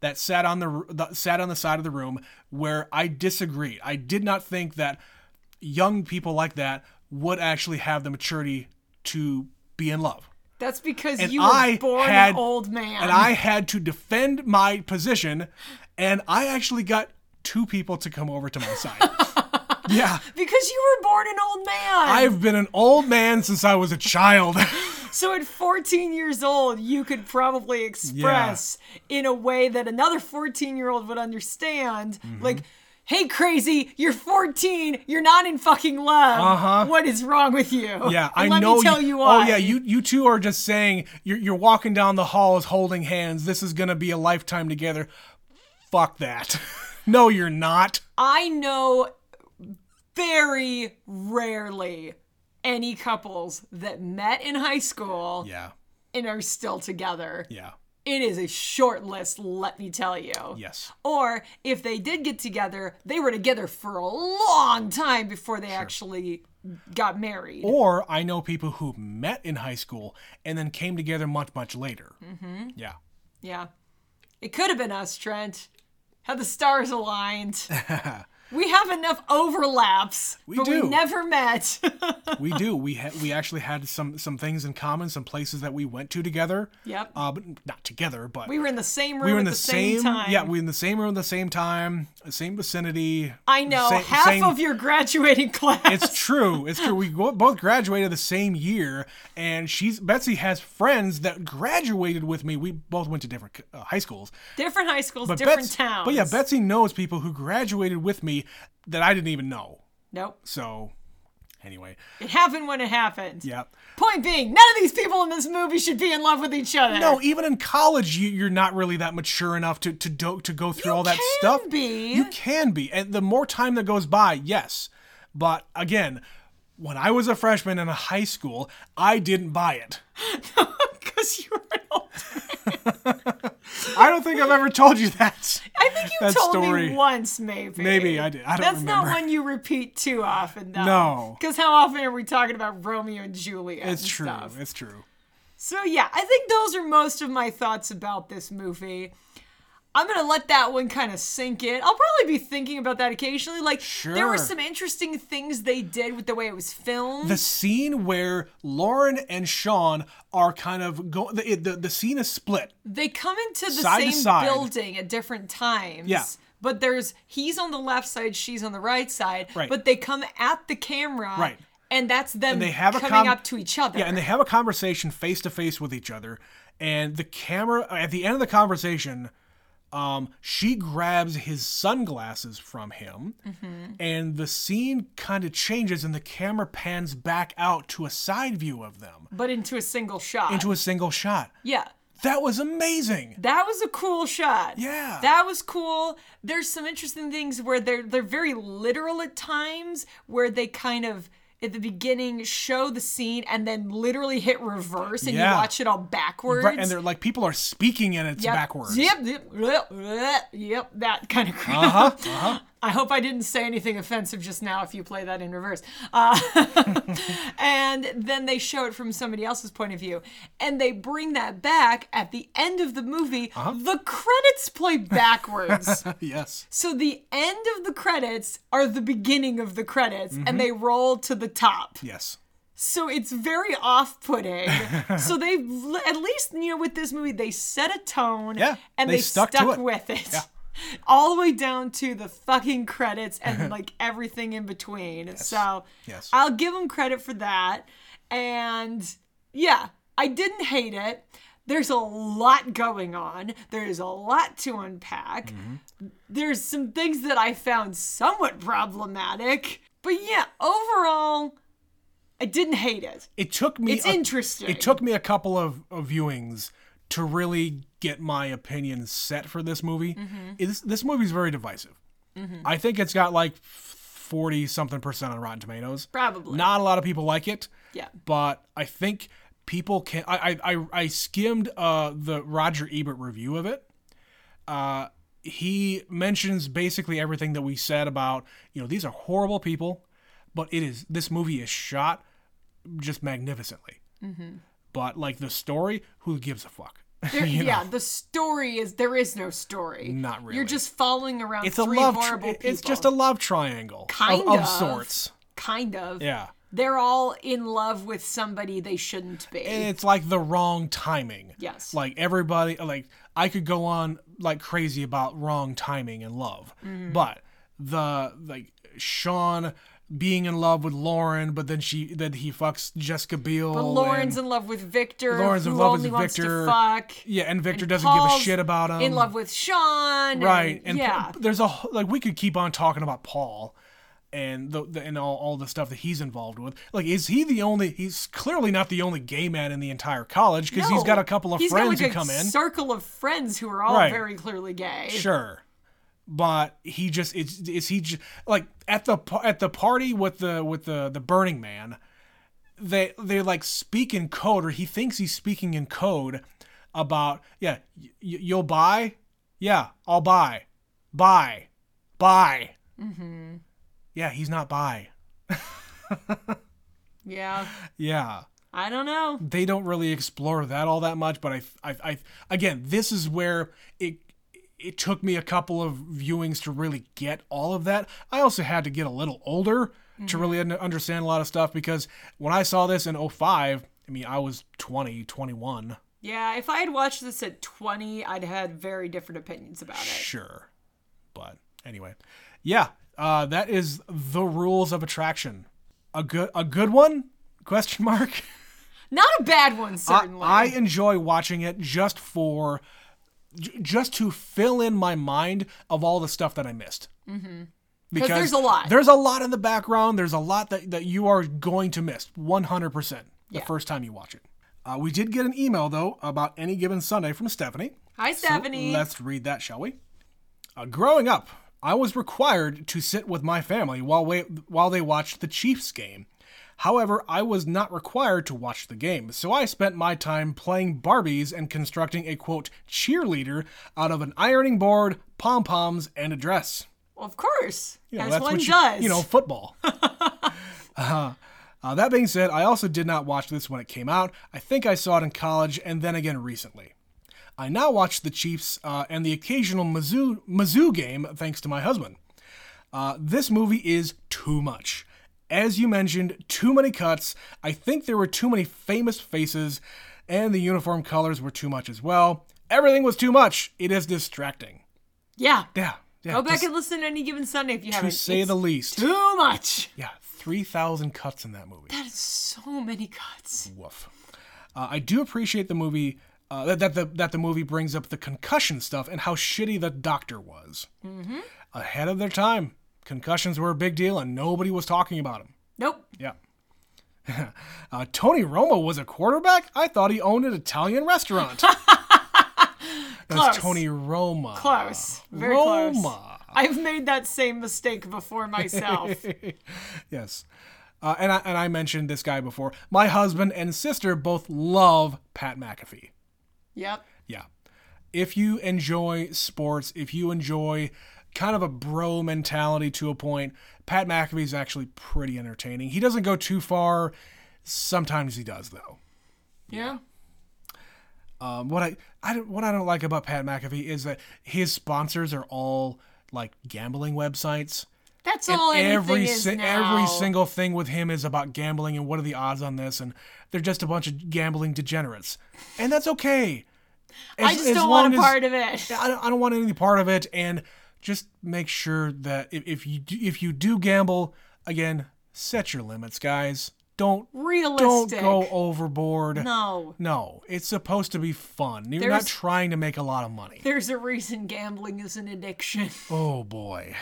Speaker 1: that sat on the, r- the sat on the side of the room where i disagreed i did not think that young people like that would actually have the maturity to be in love.
Speaker 2: That's because
Speaker 1: And
Speaker 2: you were
Speaker 1: I
Speaker 2: born
Speaker 1: had-
Speaker 2: an old man.
Speaker 1: And I had to defend my position, and I actually got two people to come over to my side. yeah,
Speaker 2: Because you were born an old man.
Speaker 1: I've been an old man since I was a child.
Speaker 2: so at 14 years old, you could probably express in a way that another 14 year old would understand.
Speaker 1: Mm-hmm.
Speaker 2: Like, hey, crazy, you're 14, you're not in fucking love.
Speaker 1: Uh-huh.
Speaker 2: What is wrong with you?
Speaker 1: yeah,
Speaker 2: And
Speaker 1: I
Speaker 2: let
Speaker 1: know.
Speaker 2: me tell you,
Speaker 1: oh
Speaker 2: why.
Speaker 1: yeah, you you two are just saying you're you're walking down the halls holding hands. This is gonna be a lifetime together. Fuck that. no, you're not.
Speaker 2: I know very rarely any couples that met in high school
Speaker 1: Yeah.
Speaker 2: and are still together.
Speaker 1: Yeah.
Speaker 2: It is a short list, let me tell you.
Speaker 1: Yes.
Speaker 2: Or if they did get together, they were together for a long time before they actually got married.
Speaker 1: Or I know people who met in high school and then came together much, much later. Mm-hmm. Yeah.
Speaker 2: Yeah. It could have been us, Trent. Had the stars aligned. we have enough overlaps,
Speaker 1: We
Speaker 2: but
Speaker 1: do.
Speaker 2: we never met.
Speaker 1: we do. We ha- we actually had some some things in common, some places that we went to together.
Speaker 2: Yep.
Speaker 1: Uh, but not together, but
Speaker 2: we were in the same room
Speaker 1: we were
Speaker 2: at the, same, time.
Speaker 1: yeah we were in the same room at the same time same vicinity
Speaker 2: I know
Speaker 1: same-
Speaker 2: half
Speaker 1: same-
Speaker 2: of your graduating class.
Speaker 1: it's true it's true we go- both graduated the same year and she's betsy has friends that graduated with me we both went to different uh, high schools
Speaker 2: different high schools, different
Speaker 1: Bets-
Speaker 2: towns.
Speaker 1: but yeah betsy knows people who graduated with me that i didn't even know
Speaker 2: Nope.
Speaker 1: so anyway
Speaker 2: It happened when it happened.
Speaker 1: yeah
Speaker 2: Point being, none of these people in this movie should be in love with each other.
Speaker 1: no even in college you, you're not really that mature enough to to, do, to go through all that
Speaker 2: can
Speaker 1: stuff
Speaker 2: be.
Speaker 1: you can be and the more time that goes by yes but again when i was a freshman in a high school i didn't buy it
Speaker 2: Because you were an old.
Speaker 1: i don't think i've ever told you that
Speaker 2: I think you
Speaker 1: That
Speaker 2: told
Speaker 1: story-
Speaker 2: me once, maybe.
Speaker 1: Maybe I did. I don't
Speaker 2: That's not
Speaker 1: remember.
Speaker 2: one you repeat too often, though.
Speaker 1: No.
Speaker 2: Because how often are we talking about Romeo and Juliet?
Speaker 1: it's
Speaker 2: and
Speaker 1: true
Speaker 2: Stuff?
Speaker 1: it's true
Speaker 2: So yeah, I think those are most of my thoughts about this movie. I'm gonna let that one kind of sink in. I'll probably be thinking about that occasionally. Like there were
Speaker 1: Sure.
Speaker 2: some interesting things they did with the way it was filmed.
Speaker 1: the scene where lauren and sean are kind of going the, the, the scene is split
Speaker 2: they come into the
Speaker 1: Side to
Speaker 2: same
Speaker 1: side.
Speaker 2: building at different times.
Speaker 1: Yeah.
Speaker 2: But there's he's on the left side, she's on the right side.
Speaker 1: Right.
Speaker 2: But they come at the camera.
Speaker 1: Right.
Speaker 2: And that's them
Speaker 1: they have a
Speaker 2: coming
Speaker 1: com-
Speaker 2: up to each other.
Speaker 1: Yeah, and they have a conversation face to face with each other, and the camera at the end of the conversation, um, she grabs his sunglasses from him,
Speaker 2: Mm-hmm.
Speaker 1: and the scene kind of changes, and the camera pans back out to a side view of them
Speaker 2: but into a single shot.
Speaker 1: into a single shot.
Speaker 2: yeah.
Speaker 1: That was amazing.
Speaker 2: That was a cool shot.
Speaker 1: Yeah.
Speaker 2: That was cool. There's some interesting things where they're they're very literal at times where they kind of at the beginning show the scene and then literally hit reverse and
Speaker 1: Yeah.
Speaker 2: you watch it all backwards.
Speaker 1: Right, and they're like people are speaking, and it's
Speaker 2: Yep.
Speaker 1: backwards.
Speaker 2: Yep, yep, yep, yep, yep, that kind of crap. I hope I didn't say anything offensive just now if you play that in reverse. Uh, and then they show it from somebody else's point of view. And they bring that back at the end of the movie. The credits play backwards.
Speaker 1: Yes.
Speaker 2: so the end of the credits are the beginning of the credits and they roll to the top.
Speaker 1: Yes.
Speaker 2: So it's very off putting. so they, at least, you know, with this movie, they set a tone
Speaker 1: Yeah,
Speaker 2: and
Speaker 1: they
Speaker 2: they,
Speaker 1: stuck
Speaker 2: stuck,
Speaker 1: to it.
Speaker 2: with it. All the way down to the fucking credits and like everything in between. So
Speaker 1: Yes.
Speaker 2: I'll give them credit for that. And yeah, I didn't hate it. There's a lot going on, there's a lot to unpack
Speaker 1: Mm-hmm.
Speaker 2: there's some things that I found somewhat problematic. But yeah, overall, I didn't hate it.
Speaker 1: It took me.
Speaker 2: It's interesting.
Speaker 1: It took me a couple of, of viewings to really get my opinion set for this movie. This, this movie's very divisive. I think it's got like 40 something percent on Rotten Tomatoes.
Speaker 2: Probably.
Speaker 1: Not a lot of people like it.
Speaker 2: Yeah.
Speaker 1: But I think people can. I, I, I, I skimmed uh, the Roger Ebert review of it. Uh, he mentions basically everything that we said about, you know, these are horrible people, but it is, this movie is shot just magnificently
Speaker 2: Mm-hmm.
Speaker 1: but like the story, who gives a fuck?
Speaker 2: There- yeah, the story is there is no story.
Speaker 1: Not really.
Speaker 2: You're just following around
Speaker 1: It's a
Speaker 2: three
Speaker 1: love. Tri-
Speaker 2: horrible people.
Speaker 1: it's just a love triangle of-
Speaker 2: Kind
Speaker 1: of,
Speaker 2: of.
Speaker 1: sorts.
Speaker 2: kind of.
Speaker 1: Yeah,
Speaker 2: They're all in love with somebody they shouldn't be.
Speaker 1: and it's like the wrong timing.
Speaker 2: Yes.
Speaker 1: like everybody. Like I could go on like crazy about wrong timing and love,
Speaker 2: Mm-hmm.
Speaker 1: but the like Sean being in love with Lauren, but then she then he fucks Jessica Biel.
Speaker 2: But Lauren's
Speaker 1: and,
Speaker 2: in love with Victor.
Speaker 1: Lauren's in
Speaker 2: who
Speaker 1: love with
Speaker 2: only wants
Speaker 1: Victor.
Speaker 2: to fuck.
Speaker 1: yeah, and Victor doesn't give
Speaker 2: Paul's
Speaker 1: a shit about him.
Speaker 2: In love with Sean.
Speaker 1: right
Speaker 2: And,
Speaker 1: and
Speaker 2: yeah.
Speaker 1: p- there's a wh- like we could keep on talking about paul and the, the and all, all the stuff that he's involved with like is he the only he's clearly not the only gay man in the entire college because he's
Speaker 2: No,
Speaker 1: got a couple of
Speaker 2: he's
Speaker 1: friends
Speaker 2: got,
Speaker 1: who
Speaker 2: like,
Speaker 1: come
Speaker 2: a
Speaker 1: in
Speaker 2: Circle of friends who are all
Speaker 1: Right.
Speaker 2: very clearly gay.
Speaker 1: sure but he just it's is he just like at the par- at the party with the with the the Burning Man, they they like speak in code or he thinks he's speaking in code about yeah y- you'll buy yeah I'll buy buy buy mm-hmm. yeah he's not buy
Speaker 2: Yeah.
Speaker 1: yeah
Speaker 2: I don't know.
Speaker 1: they don't really explore that all that much but I, I i again this is where it it took me a couple of viewings to really get all of that i also had to get a little older to really un- understand a lot of stuff because when i saw this in 05 i mean i was 20 21
Speaker 2: Yeah, if I had watched this at 20, I'd had very different opinions about it.
Speaker 1: sure but anyway yeah uh, that is the rules of attraction a good a good one question mark
Speaker 2: Not a bad one, certainly.
Speaker 1: I enjoy watching it just for, j- just to fill in my mind of all the stuff that I missed. Mm-hmm. Because
Speaker 2: there's a lot.
Speaker 1: There's a lot in the background. There's a lot that, that you are going to miss 100% the first time you watch it. Uh, we did get an email, though, about any given Sunday from Stephanie.
Speaker 2: Hi, Stephanie.
Speaker 1: Let's read that, shall we? Uh, growing up, I was required to sit with my family while we, while they watched the Chiefs game. However, I was not required to watch the game, so I spent my time playing Barbies and constructing a quote cheerleader out of an ironing board, pom poms, and a dress.
Speaker 2: of course.
Speaker 1: You know,
Speaker 2: as
Speaker 1: that's
Speaker 2: one
Speaker 1: what you-
Speaker 2: does.
Speaker 1: You know, football. Uh, uh, that being said, I also did not watch this when it came out. I think I saw it in college and then again recently. I now watch the Chiefs uh, and the occasional Mizzou, Mizzou game thanks to my husband. Uh, this movie is too much. As you mentioned, too many cuts. I think there were too many famous faces, and the uniform colors were too much as well. Everything was too much. It is distracting.
Speaker 2: yeah.
Speaker 1: Yeah. yeah
Speaker 2: Go back
Speaker 1: just
Speaker 2: and listen to any given Sunday if you haven't.
Speaker 1: to say
Speaker 2: It's
Speaker 1: the least.
Speaker 2: too much.
Speaker 1: Yeah, 3,000 cuts in that movie.
Speaker 2: That is so many cuts.
Speaker 1: Woof. Uh, I do appreciate the movie. Uh, that, that the that the movie brings up the concussion stuff and how shitty the doctor was. Mm-hmm. Ahead of their time, concussions were a big deal and nobody was talking about them.
Speaker 2: Nope.
Speaker 1: Yeah. uh, Tony Romo was a quarterback. I thought he owned an Italian restaurant.
Speaker 2: Close.
Speaker 1: That's Tony Roma.
Speaker 2: Close. Very close.
Speaker 1: Ah, Roma.
Speaker 2: I've made that same mistake before myself.
Speaker 1: Yes. Uh, and I and I mentioned this guy before. My husband and sister both love Pat McAfee.
Speaker 2: yep.
Speaker 1: Yeah. If you enjoy sports, if you enjoy kind of a bro mentality to a point, Pat McAfee is actually pretty entertaining. He doesn't go too far. Sometimes he does though.
Speaker 2: Yeah.
Speaker 1: Um, what I, I don't- what I don't like about Pat McAfee is that his sponsors are all like gambling websites.
Speaker 2: That's all anything
Speaker 1: every
Speaker 2: is
Speaker 1: si-
Speaker 2: now.
Speaker 1: every single thing with him is about gambling and what are the odds on this and they're just a bunch of gambling degenerates and that's okay
Speaker 2: I
Speaker 1: As-
Speaker 2: just
Speaker 1: as
Speaker 2: don't want
Speaker 1: long
Speaker 2: a
Speaker 1: as-
Speaker 2: part of it.
Speaker 1: I don't, I don't want any part of it and just make sure that if, if you do, if you do gamble again set your limits guys don't don't
Speaker 2: Realistic.
Speaker 1: go overboard
Speaker 2: no.
Speaker 1: No, it's supposed to be fun you're not
Speaker 2: There's-
Speaker 1: trying to make a lot of money
Speaker 2: There's a reason gambling is an addiction.
Speaker 1: Oh boy.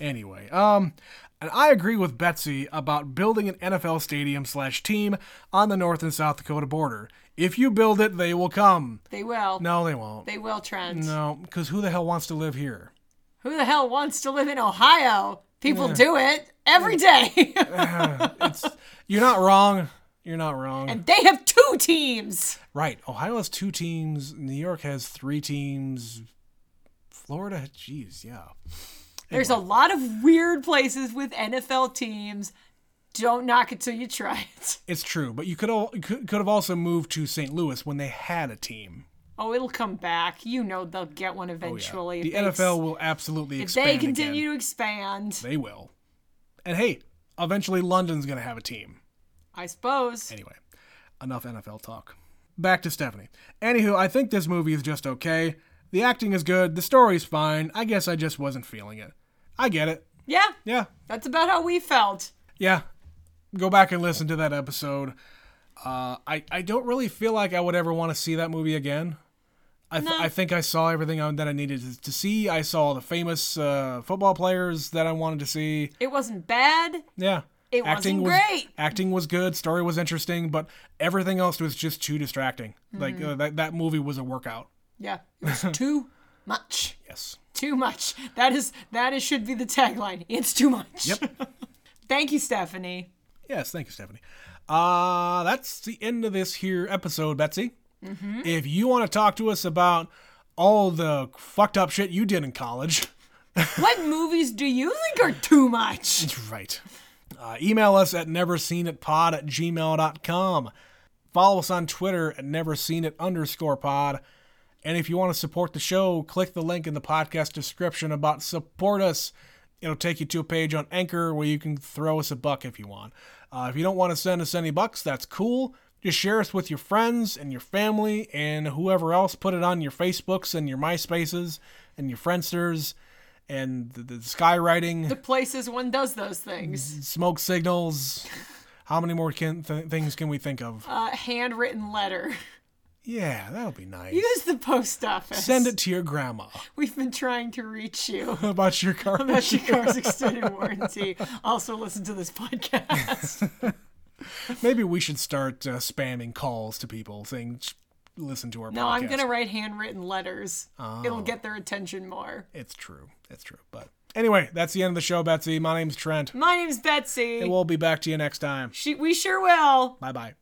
Speaker 1: Anyway, um, and I agree with Betsy about building an NFL stadium slash team on the North and South Dakota border. If you build it, they will come.
Speaker 2: They will.
Speaker 1: No, they won't.
Speaker 2: They will, Trent.
Speaker 1: No, because who the hell wants to live here?
Speaker 2: Who the hell wants to live in Ohio? People do it every day.
Speaker 1: It's you're not wrong. You're not wrong.
Speaker 2: they have two teams.
Speaker 1: right. Ohio has two teams. New York has three teams. Florida, geez, yeah.
Speaker 2: There's a lot of weird places with NFL teams. Don't knock it till you try it.
Speaker 1: It's true, but you could al- could could have also moved to St. Louis when they had a team.
Speaker 2: Oh, it'll come back. You know they'll get one
Speaker 1: Oh, Yeah.
Speaker 2: eventually.
Speaker 1: The
Speaker 2: If they ex-
Speaker 1: NFL will absolutely
Speaker 2: If
Speaker 1: expand.
Speaker 2: they continue
Speaker 1: again.
Speaker 2: to expand,
Speaker 1: they will. And hey, eventually London's going to have a team.
Speaker 2: I suppose.
Speaker 1: Anyway, enough NFL talk. Back to Stephanie. Anywho, I think this movie is just okay. The acting is good. The story's fine. I guess I just wasn't feeling it. I get it.
Speaker 2: Yeah,
Speaker 1: Yeah.
Speaker 2: that's about how we felt.
Speaker 1: Yeah. Go back and listen to that episode. Uh, I, I don't really feel like I would ever want to see that movie again. I, th- I think I saw everything I, that I needed to, to see. I saw all the famous uh, football players that I wanted to see.
Speaker 2: It wasn't bad.
Speaker 1: Yeah.
Speaker 2: It wasn't great.
Speaker 1: Acting was good. Story was interesting, but everything else was just too
Speaker 2: Mm.
Speaker 1: distracting. Like uh, that, that movie was a workout.
Speaker 2: Yeah, it was too much.
Speaker 1: Yes.
Speaker 2: too much. That is that is should be the tagline. It's too much. Yep. Thank you, Stephanie.
Speaker 1: Yes, thank you, Stephanie. Uh, that's the end of this here episode, Betsy. If you want to talk to us about all the fucked up shit you did in college,
Speaker 2: What movies do you think are too much?
Speaker 1: right. Uh, email us at neverseenitpod at gmail.com. Follow us on Twitter at neverseenit underscore pod. And if you want to support the show, click the link in the podcast description about support us. It'll take you to a page on Anchor where you can throw us a buck if you want. Uh, if you don't want to send us any bucks, that's cool. Just share us with your friends and your family and whoever else. Put it on your Facebooks and your MySpaces and your Friendsters and the, the skywriting
Speaker 2: The places one does those things.
Speaker 1: smoke signals. How many more can th- things can we think of?
Speaker 2: Uh, handwritten letter.
Speaker 1: yeah, that'll be nice.
Speaker 2: Use the post office.
Speaker 1: Send it to your grandma
Speaker 2: We've been trying to reach you.
Speaker 1: about your car.
Speaker 2: About your car's extended warranty. Also, listen to this podcast.
Speaker 1: Maybe we should start uh, spamming calls to people saying, "Sh- "Listen to our podcast." Oh.
Speaker 2: No, I'm gonna write handwritten letters. It'll get their attention more.
Speaker 1: It's true. It's true. But anyway, that's the end of the show, Betsy. My name's Trent.
Speaker 2: My name's Betsy.
Speaker 1: We'll be back to you next time.
Speaker 2: She, we sure will.
Speaker 1: Bye bye.